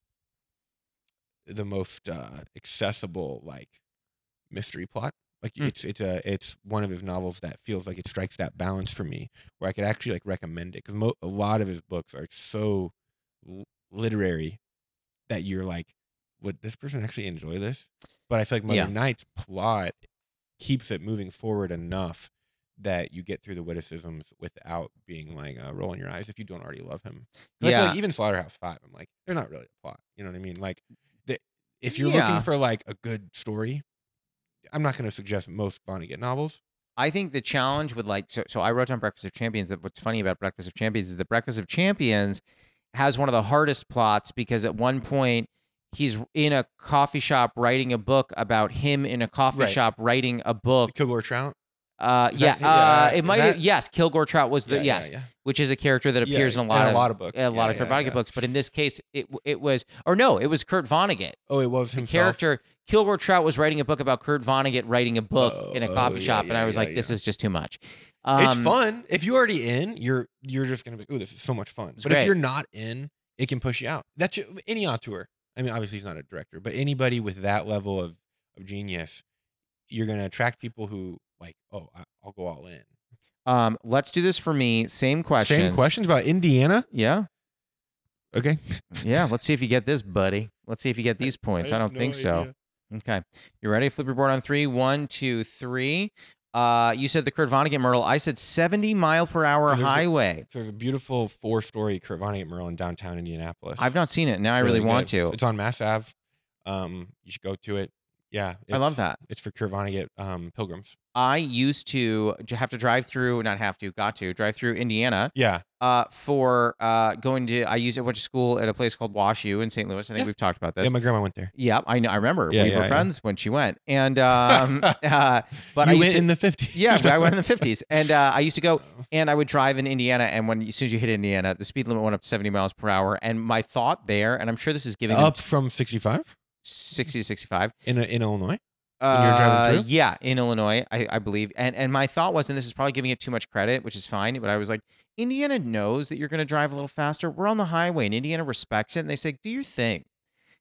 the most uh, accessible like mystery plot. Like
Mm.
it's it's a it's one of his novels that feels like it strikes that balance for me, where I could actually like recommend it because mo- a lot of his books are so l- literary that you're like, would this person actually enjoy this? But I feel like Mother
Yeah.
Knight's plot keeps it moving forward enough that you get through the witticisms without being like uh, rolling your eyes if you don't already love him. 'Cause I feel
Yeah.
like even Slaughterhouse Five, I'm like, there's not really a plot. You know what I mean? Like, the, if you're
Yeah.
looking for like a good story, I'm not going to suggest most Vonnegut novels.
I think the challenge with like so, so I wrote down Breakfast of Champions that what's funny about Breakfast of Champions is that Breakfast of Champions has one of the hardest plots because at one point he's in a coffee shop writing a book about him in a coffee
Right.
shop writing a book.
Kilgore Trout.
Uh,
Is
yeah,
that- yeah,
uh, it
is
might
that-
yes, Kilgore Trout was the yes,
yeah.
which is a character that
Yeah,
appears in a
and
lot
a
of
lot of books.
a lot of
Yeah,
Kurt
yeah,
Vonnegut
yeah.
books, but in this case it it was or no, it was Kurt Vonnegut.
Oh, it was himself.
Character Kilgore Trout was writing a book about Kurt Vonnegut writing a book in a
Oh,
coffee
yeah,
shop, and
yeah,
I was
yeah,
like, this
yeah.
is just too much.
it's
Um,
fun. If you're already in, you're you're just gonna be, oh, this is so much fun.
It's
But
great.
if you're not in, it can push you out. That's ju- any auteur. I mean, obviously he's not a director, but anybody with that level of of genius, you're gonna attract people who like, oh, I, I'll go all in.
Um, let's do this for me. Same question.
Same questions about Indiana.
Yeah,
Okay,
yeah. Let's see if you get this, buddy. Let's see if you get these points. I, don't think so. Okay, you ready? Flip your board on three. One, two, three. Uh, you said the Kurt Vonnegut Myrtle. I said seventy mile per hour
There's a-
highway.
So there's a beautiful four story Kurt Vonnegut mural in downtown Indianapolis.
I've not seen it. Now I really,
Really
want
good.
to.
It's on Mass Ave. Um, you should go to it. Yeah,
I love
it's-
that.
It's for Kurt Vonnegut um, pilgrims.
I used to j- have to drive through, not have to, got to drive through Indiana
Yeah,
uh, for uh, going to. I used I went to school at a place called WashU in St. Louis. I think
Yeah.
we've talked about this.
yeah. My grandma went there.
Yeah, I know. I remember
Yeah,
we
yeah,
were
yeah.
friends when she went, and um, uh, but
you
I used
went
to,
in the 50s.
yeah, but I went in the fifties, and uh, I used to go, and I would drive in Indiana, and when as soon as you hit Indiana, the speed limit went up to seventy miles per hour, and my thought there, and I'm sure this is giving them
up from 65
sixty to sixty-five.
in in Illinois. When you were
Uh,
driving through?
yeah, in Illinois, I, I believe, and and my thought was, and this is probably giving it too much credit, which is fine, but I was like, Indiana knows that you're going to drive a little faster. We're on the highway, and Indiana respects it, and they say, do your thing.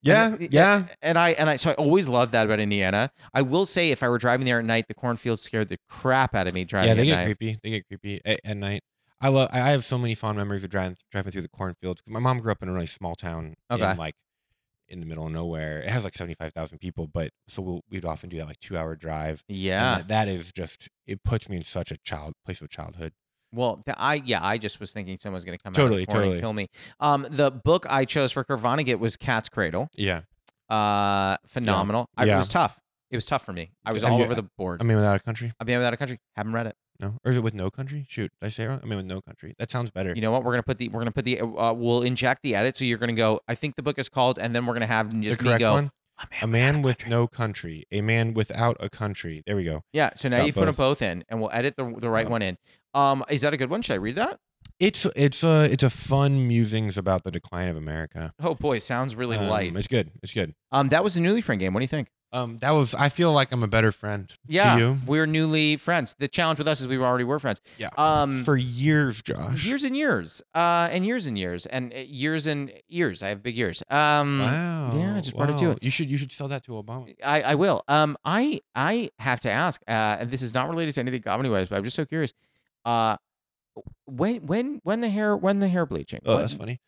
Yeah,
And it-
yeah.
and I and I so I always loved that about Indiana. I will say if I were driving there at night, the cornfield scared the crap out of me driving
yeah, they
at
get
night.
creepy. They get creepy at, at night. I love. I I have so many fond memories of driving driving through the cornfields. My mom grew up in a really small town,
Okay.
in like in the middle of nowhere. It has like seventy five thousand people, but so we'll, we'd often do that like two hour drive. and
Yeah.
that, that is just it puts me in such a child place of childhood.
Well, th- I yeah, I just was thinking someone's going to come out
Totally,
of the corn and
totally.
kill me. Um, the book I chose for Kurt Vonnegut was Cat's Cradle.
Yeah,
Uh, phenomenal. I, It
Yeah.
was tough. It was tough for me. I was
Have
all
you-
over the board.
I mean without a country,
I've been without a country. Haven't read it.
no, or is it with no country? Shoot, did I say it wrong? I mean with no country. That sounds better.
You know what? We're gonna put the we're gonna put the uh, we'll inject the edit. So you're gonna go. I think the book is called, and then we're gonna have
the
just me
correct
go.
one.
"A
A
without
man with no country. A man without a country. There we go.
Yeah. So now
Got
you've put them
both.
both in, and we'll edit the the right
Yep.
one in. Um, is that a good one? Should I read that?
It's it's a it's a fun musings about the decline of America.
Oh boy, sounds really
Um,
light.
It's good. It's good.
Um, that was a newly friend game. What do you think?
Um, that was. I feel like I'm a better friend. To
Yeah,
you.
we're newly friends. The challenge with us is we already were friends.
Yeah.
Um,
for years, Josh.
years and years, uh, and years and years, and uh, years and ears. I have big ears. Um,
Wow.
yeah, I just brought it to
wow.
it.
You should you should sell that to Obama.
I, I will. Um, I I have to ask. Uh, and this is not related to anything comedy wise, but I'm just so curious. Uh, when when when the hair when the hair bleaching?
Oh,
When-
that's funny.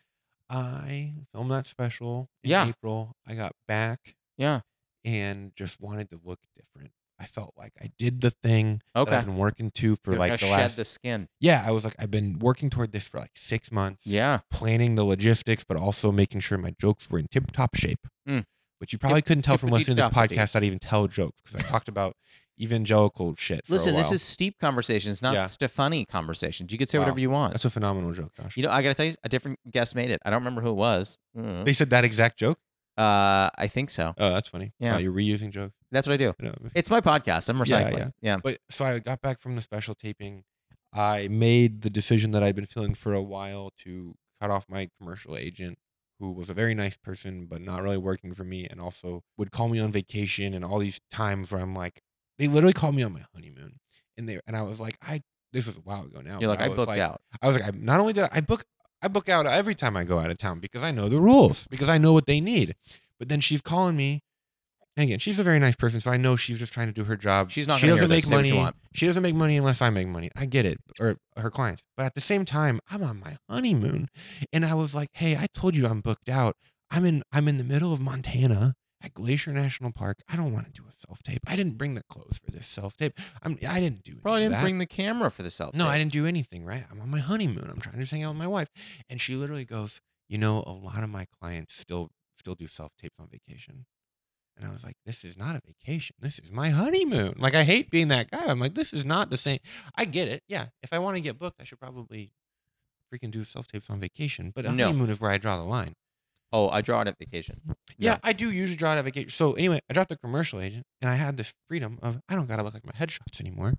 I filmed that special in
Yeah.
April. I got back
yeah.
and just wanted to look different. I felt like I did the thing that
Okay.
I've been working to for
You're gonna
like the
shed
last.
the skin.
Yeah, I was like, I've been working toward this for like six months.
Yeah.
planning the logistics, but also making sure my jokes were in tip top shape,
Mm.
which you probably couldn't tell from listening to this
tippity-toppity.
podcast. I'd even tell jokes because I talked about evangelical shit. For a
Listen, this
while.
is steep conversations, not
Yeah.
Stefani conversations. You could say
Wow.
whatever you want.
that's a phenomenal joke, Josh.
You know, I gotta tell you, a different guest made it. I don't remember who it was. Mm.
they said that exact joke.
Uh, I think so.
Oh, that's funny.
Yeah.
Wow, you're reusing jokes.
That's what I do.
I know.
It's my podcast. I'm recycling. Yeah.
But so I got back from the special taping. I made the decision that I'd been feeling for a while to cut off my commercial agent, who was a very nice person, but not really working for me, and also would call me on vacation and all these times where I'm like, they literally called me on my honeymoon, and they and I was like, I this was a while ago now.
You're
but
like, I,
was
booked out.
Oh, I was like, I, not only did I, I book, I book out every time I go out of town because I know the rules, because I know what they need. But then she's calling me. And again, she's a very nice person, so I know she's just trying to do her job.
She's not
She
gonna hear
doesn't
this.
make
Say what
money.
you want.
She doesn't make money unless I make money. I get it, or her clients. But at the same time, I'm on my honeymoon, and I was like, "Hey, I told you I'm booked out. I'm in. I'm in the middle of Montana at Glacier National Park. I don't want to do a self tape. I didn't bring the clothes for this self tape. I'm. I didn't do. any
Probably
of
didn't
that.
bring the camera for the selfie.
No, I didn't do anything, right? I'm on my honeymoon. I'm trying to just hang out with my wife. And she literally goes, You know, a lot of my clients still still do self tapes on vacation. And I was like, This is not a vacation. This is my honeymoon. Like I hate being that guy. I'm like, this is not the same. I get it. Yeah. If I want to get booked, I should probably freaking do self tapes on vacation. But a
No.
honeymoon is where I draw the line.
Oh, I draw it at vacation.
Yeah,
Yeah.
I do usually draw it out of vacation. So anyway, I dropped a commercial agent and I had this freedom of I don't gotta look like my headshots anymore.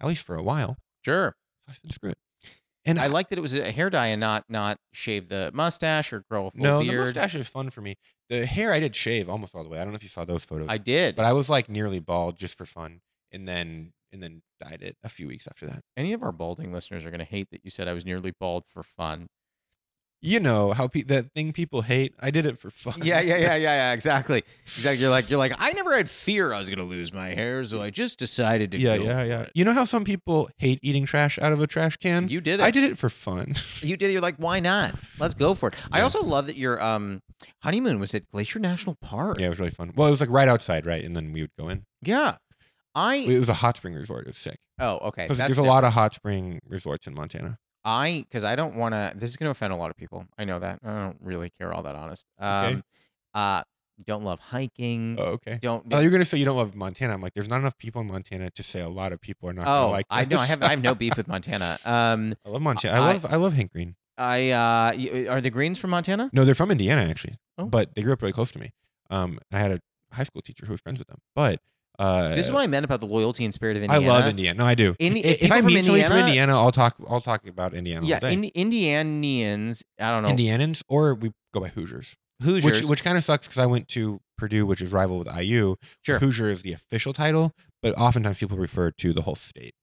At least for a while.
Sure.
So I said, screw it. And
I like that it was a hair dye and not not shave the mustache or grow a full
No,
beard.
the mustache is fun for me. The hair I did shave almost all the way. I don't know if you saw those photos.
I did.
but I was like nearly bald just for fun, and then and then dyed it a few weeks after that.
Any of our balding listeners are gonna hate that you said I was nearly bald for fun.
You know how pe- that thing people hate. I did it for fun.
yeah, yeah, yeah, yeah, yeah. Exactly. Exactly. You're like you're like, I never had fear I was gonna lose my hair, so I just decided to
yeah,
go
yeah,
for
yeah.
it.
You know how some people hate eating trash out of a trash can.
You did it.
I did it for fun.
You did. it, You're like, why not? Let's go for it. I
Yeah.
also love that your um honeymoon was at Glacier National Park.
yeah, it was really fun. Well, it was like right outside, right, and then we would go in.
Yeah. I
It was a hot spring resort. It was sick
oh okay.
because
That's
there's a
different.
lot of hot spring resorts in Montana.
I because I don't want to. This is going to offend a lot of people. I know that. I don't really care all that honest. Um,
Okay.
uh, don't love hiking.
Oh, okay.
Don't.
Oh, you're gonna say you don't love Montana. I'm like, there's not enough people in Montana to say a lot of people are not
oh,
gonna like.
I know. I
this.
have. I have no beef with Montana. Um,
I love Montana. I,
I-
love I love Hank Green.
I uh, y- are the Greens from Montana?
No, they're from Indiana actually,
Oh.
but they grew up really close to me. Um, and I had a high school teacher who was friends with them. But uh,
this is what I meant about the loyalty and spirit of
I
Indiana.
love Indiana. No, I do.
Indi-
I- if
people
I
from
meet somebody from
Indiana-
Indiana, I'll talk. I'll talk about Indiana all
Yeah,
day.
in, Indianians. I don't know.
Indianans, or we go by Hoosiers,
Hoosiers.
which which kind of sucks because I went to Purdue, which is rival with IU.
Sure.
Hoosier is the official title, but oftentimes people refer to the whole state.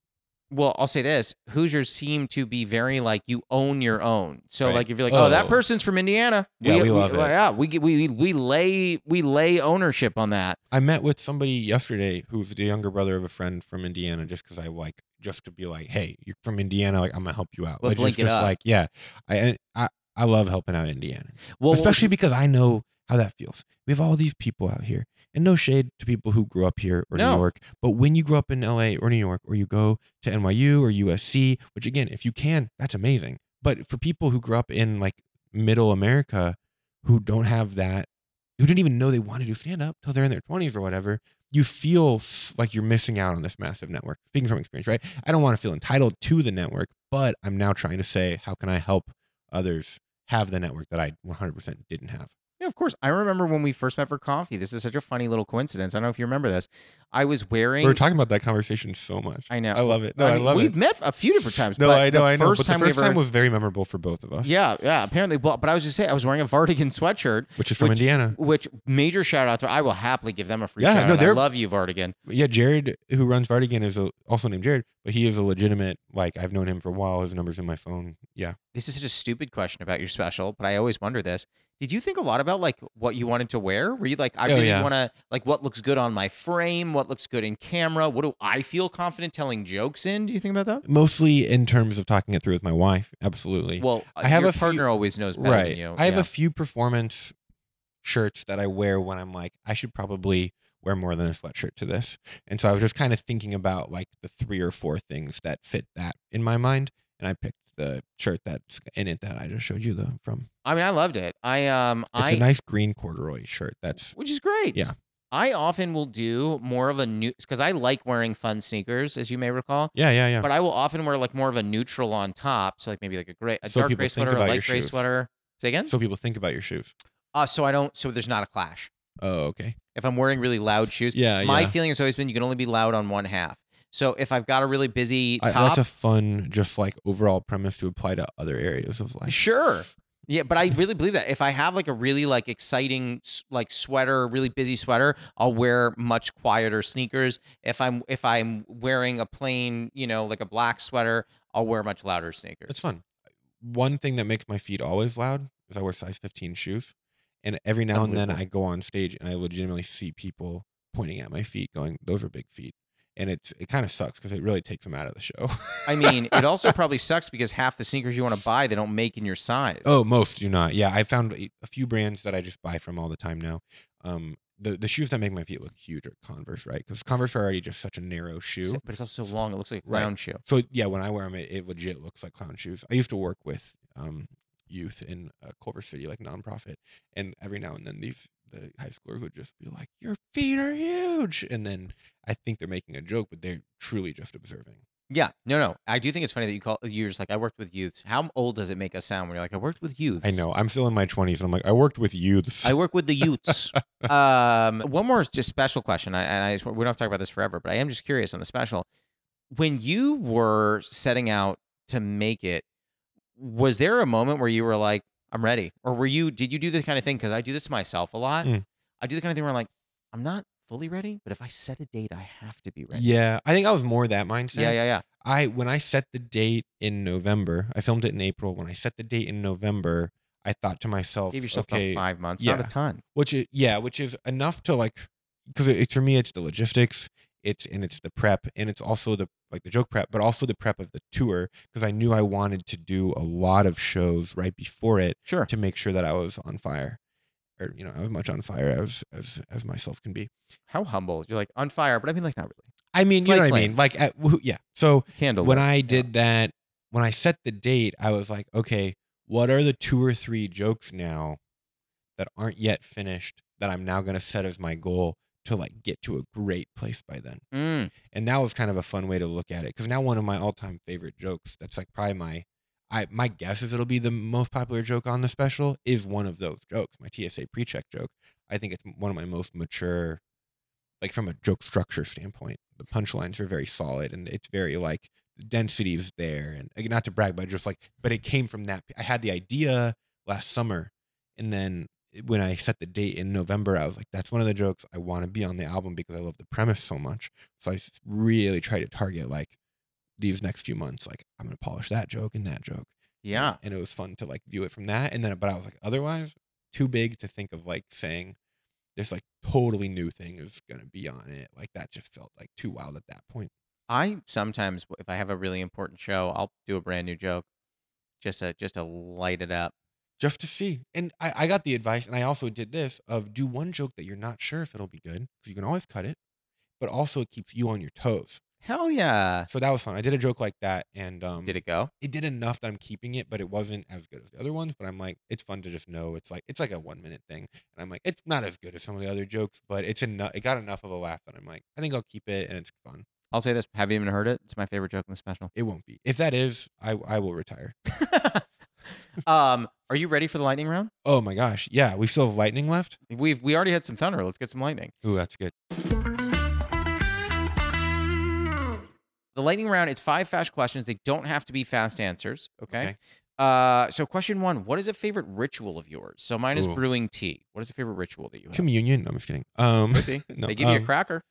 well, I'll say this: Hoosiers seem to be very like you own your own. So
Right.
like if you're like, oh, that
Oh.
person's from Indiana.
Yeah, we love it.
Yeah, we get- we we lay we lay ownership on that.
I met with somebody yesterday who's the younger brother of a friend from Indiana, just because I like just to be like, hey, you're from Indiana, like I'm gonna help you out.
Let's
Like,
link
just,
it
just
up.
Like, yeah, I I I love helping out Indiana,
Well,
especially because I know how that feels. We have all these people out here, and no shade to people who grew up here or
No.
New York, but when you grow up in L.A. or New York, or you go to NYU or USC, which again, if you can, that's amazing. But for people who grew up in like middle America, who don't have that who didn't even know they wanted to do stand up till they're in their 20s or whatever, you feel s- like you're missing out on this massive network. Speaking from experience, right? I don't want to feel entitled to the network, but I'm now trying to say, how can I help others have the network that I 100% didn't have?
Yeah, of course. I remember when we first met for coffee. This is such a funny little coincidence. I don't know if you remember this. I was wearing.
We were talking about that conversation so much.
I know.
I love it. No, I,
mean,
love
We've
it.
met a few different times.
No,
but
I know,
the
I know.
First
but
time
the
we
first
ever,
time was very memorable for both of us.
Yeah, yeah. Apparently, well, but I was just saying, I was wearing a Vardigan sweatshirt,
which is from
Which-
Indiana.
which major shout out to. I will happily give them a free
Yeah,
shout
no,
out. I
they're-
love you, Vardigan.
Yeah, Jared, who runs Vardigan, is a, also named Jared, but he is a legitimate. Like I've known him for a while. His number's in my phone. Yeah,
This is such a stupid question about your special, but I always wonder this. Did you think a lot about like what you wanted to wear? Were you like, I
Oh,
really
yeah.
want to like what looks good on my frame, what looks good in camera, what do I feel confident telling jokes in? Do you think about that?
mostly in terms of talking it through with my wife. Absolutely.
Well, uh,
I have
your
a few-
partner always knows better
right.
than you.
I have
Yeah.
a few performance shirts that I wear when I'm like, I should probably wear more than a sweatshirt to this. And so I was just kind of thinking about like the three or four things that fit that in my mind, and I picked the shirt that's in it that I just showed you the from.
I mean, I loved it. I um,
It's a
I
nice green corduroy shirt. That's
which is great.
Yeah.
I often will do more of a new because I like wearing fun sneakers, as you may recall.
yeah, yeah, yeah.
But I will often wear like more of a neutral on top, so like maybe like a gray, a
So
dark
people
gray
think
sweater, a
about your
light gray
shoes.
sweater. Say again.
So people think about your shoes.
Uh, so I don't. So there's not a clash.
Oh, okay.
If I'm wearing really loud shoes,
Yeah,
my
yeah.
feeling has always been you can only be loud on one half. So if I've got a really busy
I,
top,
that's a fun, just like overall premise to apply to other areas of life.
Sure. Yeah, but I really believe that if I have like a really like exciting s- like sweater, really busy sweater, I'll wear much quieter sneakers. If I'm if I'm wearing a plain, you know, like a black sweater, I'll wear much louder sneakers.
It's fun. One thing that makes my feet always loud is I wear size 15 shoes. And every now and then I go on stage and I legitimately see people pointing at my feet going, those are big feet. And it's, it kind of sucks because it really takes them out of the show.
I mean, it also probably sucks because half the sneakers you want to buy they don't make in your size.
oh, most do not. Yeah. I found a a few brands that I just buy from all the time now. Um, the, the shoes that make my feet look huge are Converse, right? Because Converse are already just such a narrow shoe.
S- but it's also so long. It looks like a
Right.
clown shoe.
So yeah, when I wear them, it, it legit looks like clown shoes. I used to work with um, youth in uh, Culver City, like nonprofit, and every now and then these the high schoolers would just be like, "Your feet are huge," and then I think they're making a joke, but they're truly just observing.
Yeah, no, no. I do think it's funny that you call you're just like I worked with youths. How old does it make us sound when you're like I worked with youths?
I know. I'm still in my 20s, and I'm like, I worked with youths.
I work with the youths. um, one more just special question. I, and I just, we don't have to talk about this forever, but I am just curious on the special. When you were setting out to make it, was there a moment where you were like, "I'm ready," or were you? Did you do this kind of thing? Because I do this to myself a lot.
Mm.
I do the kind of thing where I'm like, "I'm not fully ready, but if I set a date, I have to be ready."
yeah, I think I was more that mindset.
yeah, yeah, yeah.
I when I set the date in November, I filmed it in April. When I set the date in November, I thought to myself,
Give yourself about
okay,
five months, not
yeah.
a ton.
which is yeah which is enough to like because it, it's for me it's the logistics it's and it's the prep and it's also the like the joke prep but also the prep of the tour because i knew i wanted to do a lot of shows right before it
Sure.
to make sure that i was on fire or you know as much on fire as as as myself can be
How humble. You're like on fire, but I mean, like not really.
i mean you know
Slight
what i mean like at, wh- yeah so
Candle.
when
lit.
I did that, when I set the date, I was like, okay, what are the two or three jokes now that aren't yet finished that I'm now going to set as my goal to like get to a great place by then?
Mm.
And that was kind of a fun way to look at it because now one of my all-time favorite jokes that's like probably my I my guess is it'll be the most popular joke on the special is one of those jokes, my TSA pre-check joke. I think it's one of my most mature like from a joke structure standpoint. The punchlines are very solid and it's very like density is there and again, not to brag but just like but it came from that I had the idea last summer and then when I set the date in November, I was like, that's one of the jokes I want to be on the album because I love the premise so much. So I s- really try to target like these next few months. Like I'm gonna polish that joke and that joke.
Yeah.
And it was fun to like view it from that. And then, but I was like, otherwise, too big to think of like saying this like totally new thing is gonna be on it. Like that just felt like too wild at that point.
I sometimes, w- if I have a really important show, I'll do a brand new joke, just to just to light it up.
Just to see. And I, I got the advice, and I also did this of do one joke that you're not sure if it'll be good because you can always cut it, but also it keeps you on your toes.
Hell yeah!
So that was fun. I did a joke like that, and um,
Did it go?
it did enough that I'm keeping it, but it wasn't as good as the other ones. But I'm like, it's fun to just know it's like it's like a one minute thing, and I'm like, it's not as good as some of the other jokes, but it's enough. It got enough of a laugh that I'm like, I think I'll keep it, and it's fun.
I'll say this: Have you even heard it? It's my favorite joke in the special.
It won't be. If that is, I I will retire.
um, Are you ready for the lightning round?
Oh my gosh. Yeah, we still have lightning left.
We've we already had some thunder. Let's get some lightning.
Ooh, that's good.
The lightning round, it's five fast questions. They don't have to be fast answers. Okay.
Okay.
Uh, so question one, what is a favorite ritual of yours? So mine is
Ooh.
brewing tea. What is a favorite ritual that you have?
Communion. I'm just kidding. Um,
Could be.
no,
they give you a
um,
cracker.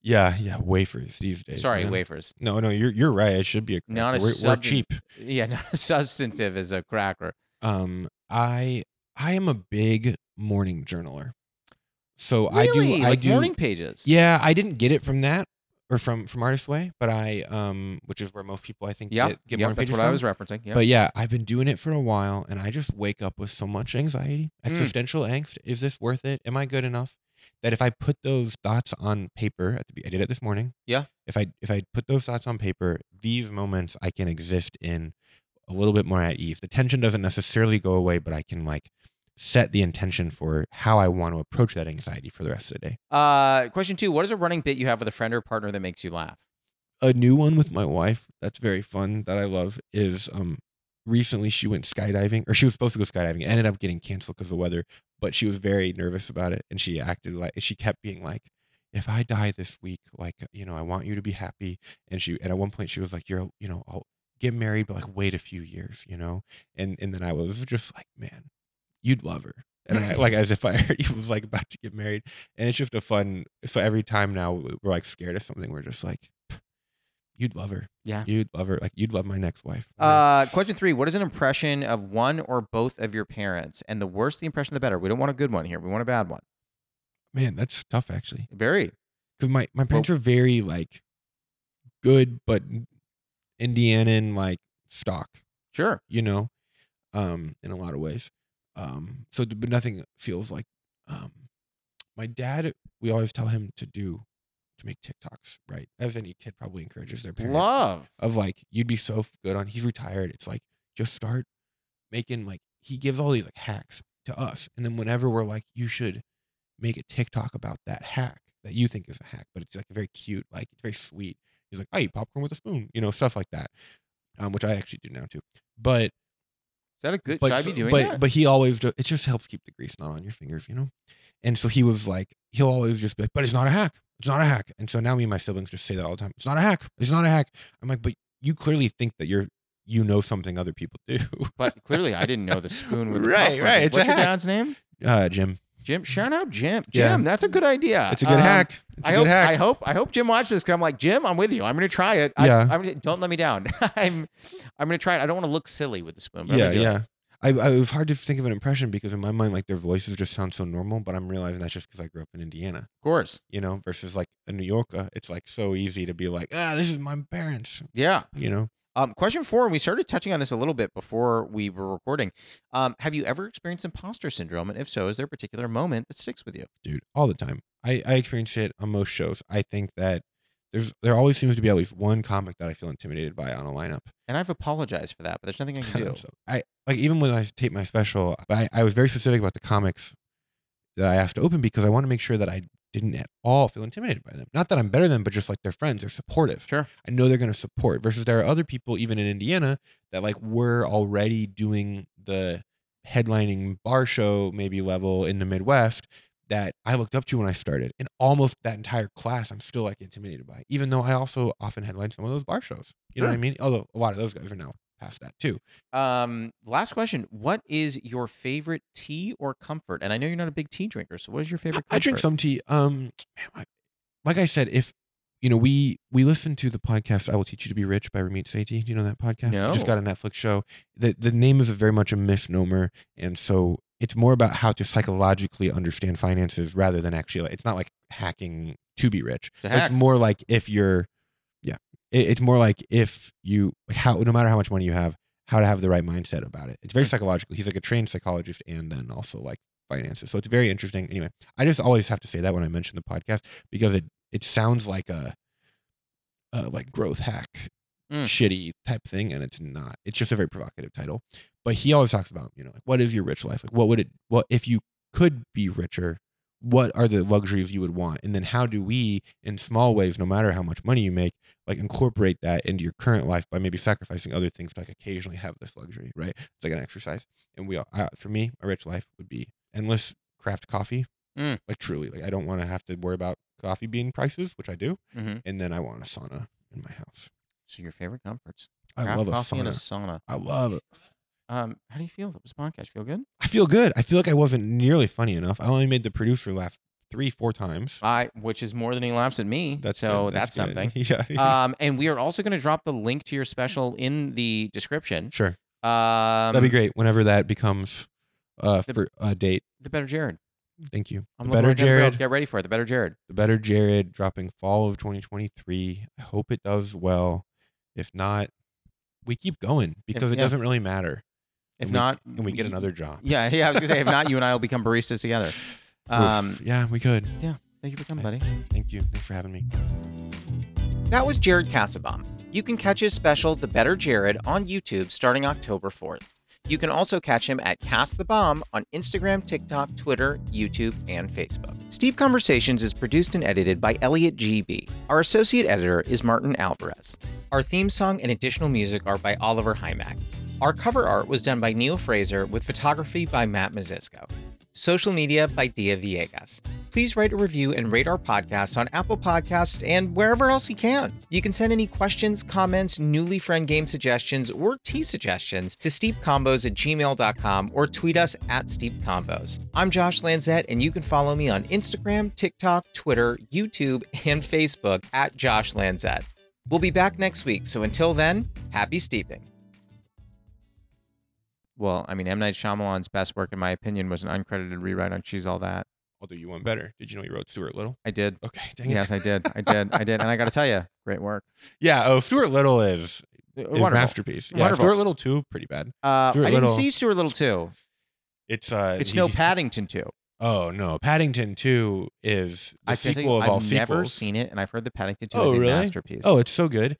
Yeah, yeah, wafers these days.
Sorry,
man.
wafers.
No, no, you're you're right. It should be a cracker.
Not a
we're, we're
substance.
cheap.
Yeah, not substantive as a cracker.
Um, I I am a big morning journaler. So I do
Really?
I
like
do
morning pages.
Yeah, I didn't get it from that or from from Artist Way, but I um which is where most people I think
Yep.
get, get
yep,
morning
that's
pages
what I
from.
was referencing. Yeah.
But yeah, I've been doing it for a while and I just wake up with so much anxiety,
Mm.
existential angst. Is this worth it? Am I good enough? That if I put those thoughts on paper, at the, be- I did it this morning.
Yeah.
If I if I put those thoughts on paper, these moments I can exist in a little bit more at ease. The tension doesn't necessarily go away, but I can like set the intention for how I want to approach that anxiety for the rest of the day.
Uh, question two, what is a running bit you have with a friend or partner that makes you laugh?
a new one with my wife that's very fun that I love is um recently she went skydiving or she was supposed to go skydiving it ended up getting canceled because of the weather but she was very nervous about it and she acted like she kept being like if I die this week like you know I want you to be happy and she and at one point she was like you're you know I'll get married but like wait a few years you know and and then I was just like man you'd love her and I like as if I already was like about to get married and it's just a fun so every time now we're like scared of something we're just like you'd love her.
Yeah.
You'd love her. Like you'd love my next wife.
Uh, question three, what is an impression of one or both of your parents? And the worse the impression, the better. We don't want a good one here. We want a bad one.
man, that's tough actually.
Very.
Because my, my parents are very like good but Indianan like stock,
Sure.
you know, um, in a lot of ways. Um, so d- but nothing feels like um my dad we always tell him to do to make TikToks, right? As any kid probably encourages their parents.
Love.
of like you'd be so f- good on he's retired it's like just start making like he gives all these like hacks to us and then whenever we're like you should make a tiktok about that hack that you think is a hack but it's like very cute like it's very sweet he's like i eat popcorn with a spoon you know stuff like that um, which i actually do now too but
Is that a good?
but
should I
so-
be doing
but,
that?
but he always do, it just helps keep the grease not on your fingers you know and so he was like he'll always just be like but it's not a hack it's not a hack and so now me and my siblings just say that all the time it's not a hack it's not a hack i'm like but you clearly think that you're you know something other people do
But clearly, I didn't know the spoon with the
Right,
popcorn.
right, it's a
What's your
hack.
dad's name?
uh jim
Jim. Shout out Jim. Jim,
Yeah.
that's a good idea.
it's a good
Um,
hack it's
I
a good
hope.
hack
I hope. I hope Jim watches this. Cause I'm like Jim. I'm with you. I'm gonna try it. I,
Yeah.
I'm, gonna- don't let me down. I'm. I'm gonna try it. I don't want to look silly with the spoon. But I'm
yeah
gonna do it.
yeah I, I, it was hard to think of an impression because in my mind like their voices just sound so normal but i'm realizing that's just because i grew up in indiana
Of course.
you know versus like a new yorker it's like so easy to be like ah this is my parents
Yeah.
you know
Um, question four, and we started touching on this a little bit before we were recording. Um, have you ever experienced imposter syndrome? And if so, is there a particular moment that sticks with you?
dude, all the time. I, I experience it on most shows. I think that there's there always seems to be at least one comic that I feel intimidated by on a lineup.
And I've apologized for that, but there's nothing I can do.
So I like even when I tape my special, I, I was very specific about the comics that I asked to open because I want to make sure that I didn't at all feel intimidated by them. Not that I'm better than, them, but just like they're friends, they're supportive.
Sure.
I know they're going to support. Versus there are other people, even in Indiana, that like were already doing the headlining bar show maybe level in the Midwest that I looked up to when I started, and almost that entire class I'm still like intimidated by, even though I also often headline some of those bar shows. You know what I
Sure.
mean? Although a lot of those guys are now past that too.
Um, last question. What is your favorite tea or comfort? And I know you're not a big tea drinker, so what is your favorite comfort?
I drink some tea. Um, man, I- like I said, if you know, we we listen to the podcast "I Will Teach You to Be Rich" by Ramit Sethi. Do you know that podcast? It just
No.
got a Netflix show. the The name is a very much a misnomer, and so it's more about how to psychologically understand finances rather than actually. Like, it's not like hacking to be rich.
To
It's
hack.
more like if you're, yeah, it, it's more like if you like how no matter how much money you have, how to have the right mindset about it. It's very
Hmm.
psychological. He's like a trained psychologist and then also like finances. So it's very interesting. Anyway, I just always have to say that when I mention the podcast because it it sounds like a, a like growth hack
Mm.
shitty type thing and it's not. It's just a very provocative title. But he always talks about, you know, like what is your rich life? Like what would it what if you could be richer, what are the luxuries you would want and then how do we in small ways no matter how much money you make like incorporate that into your current life by maybe sacrificing other things to like occasionally have this luxury right it's like an exercise and we all I, for me a rich life would be endless craft coffee
Mm.
like truly like i don't want to have to worry about coffee bean prices which i do
Mm-hmm.
and then i want a sauna in my house
So your favorite comforts?
i
Craft
love a
coffee and a
sauna
sauna.
i love it
Um, how do you feel? This podcast feel good?
i feel good i feel like i wasn't nearly funny enough i only made the producer laugh three four times
I, which is more than he laughs at me.
that's good,
so that's,
good.
something.
yeah,
um, and we are also going to drop the link to your special in the description.
sure
Um,
That'd be great whenever that becomes uh,
The-
for a date.
The better Jared.
Thank you.
I'm looking
the better
right down the road.
Jared.
Get ready for it. The better Jared.
The better Jared dropping fall of 2023. I hope it does well. If not, we keep going because it
yeah.
doesn't really matter.
If
And we-
not,
and we get
y-
another job.
Yeah, yeah. I was gonna say, if not, you and I will become baristas together.
Oof.
Um,
yeah, we could.
thank you for coming,
I-
buddy.
Thank you. Thanks for having me.
That was Jared Kassebaum. You can catch his special, The Better Jared, on YouTube starting October 4th. You can also catch him at Cast the Bomb on Instagram, TikTok, Twitter, YouTube, and Facebook. Steve Conversations is produced and edited by Elliot GB. Our associate editor is Martin Alvarez. Our theme song and additional music are by Oliver Hymack. Our cover art was done by Neil Fraser with photography by Matt Mazisco. Social media by Dia Viegas please write a review and rate our podcast on Apple Podcasts and wherever else you can. You can send any questions, comments, newly friend game suggestions, or tea suggestions to steepcombos at gmail.com or tweet us at steepcombos. I'm Josh Lanzette, and you can follow me on Instagram, TikTok, Twitter, YouTube, and Facebook at Josh Lanzette. We'll be back next week, so until then, happy steeping. Well, I mean, M. Night Shyamalan's best work, in my opinion, was an uncredited rewrite on She's All That.
I'll do you one better. Did you know you wrote Stuart Little?
I did.
Okay, dang it.
Yes, I did. I did. I did. And I got to tell you, great work.
Yeah. Oh, Stuart Little is
Uh,
is
Wonderful.
masterpiece. Yeah,
Wonderful.
Stuart Little too. Pretty bad.
Uh,
Stuart
I didn't
Little.
see Stuart Little too.
It's uh.
It's
he-
no Paddington too.
Oh no, Paddington Two is the
I can't tell you,
sequel of all
I've never
sequels.
seen it, and I've heard the Paddington two
Oh,
is a
really?
masterpiece.
Oh, it's so good.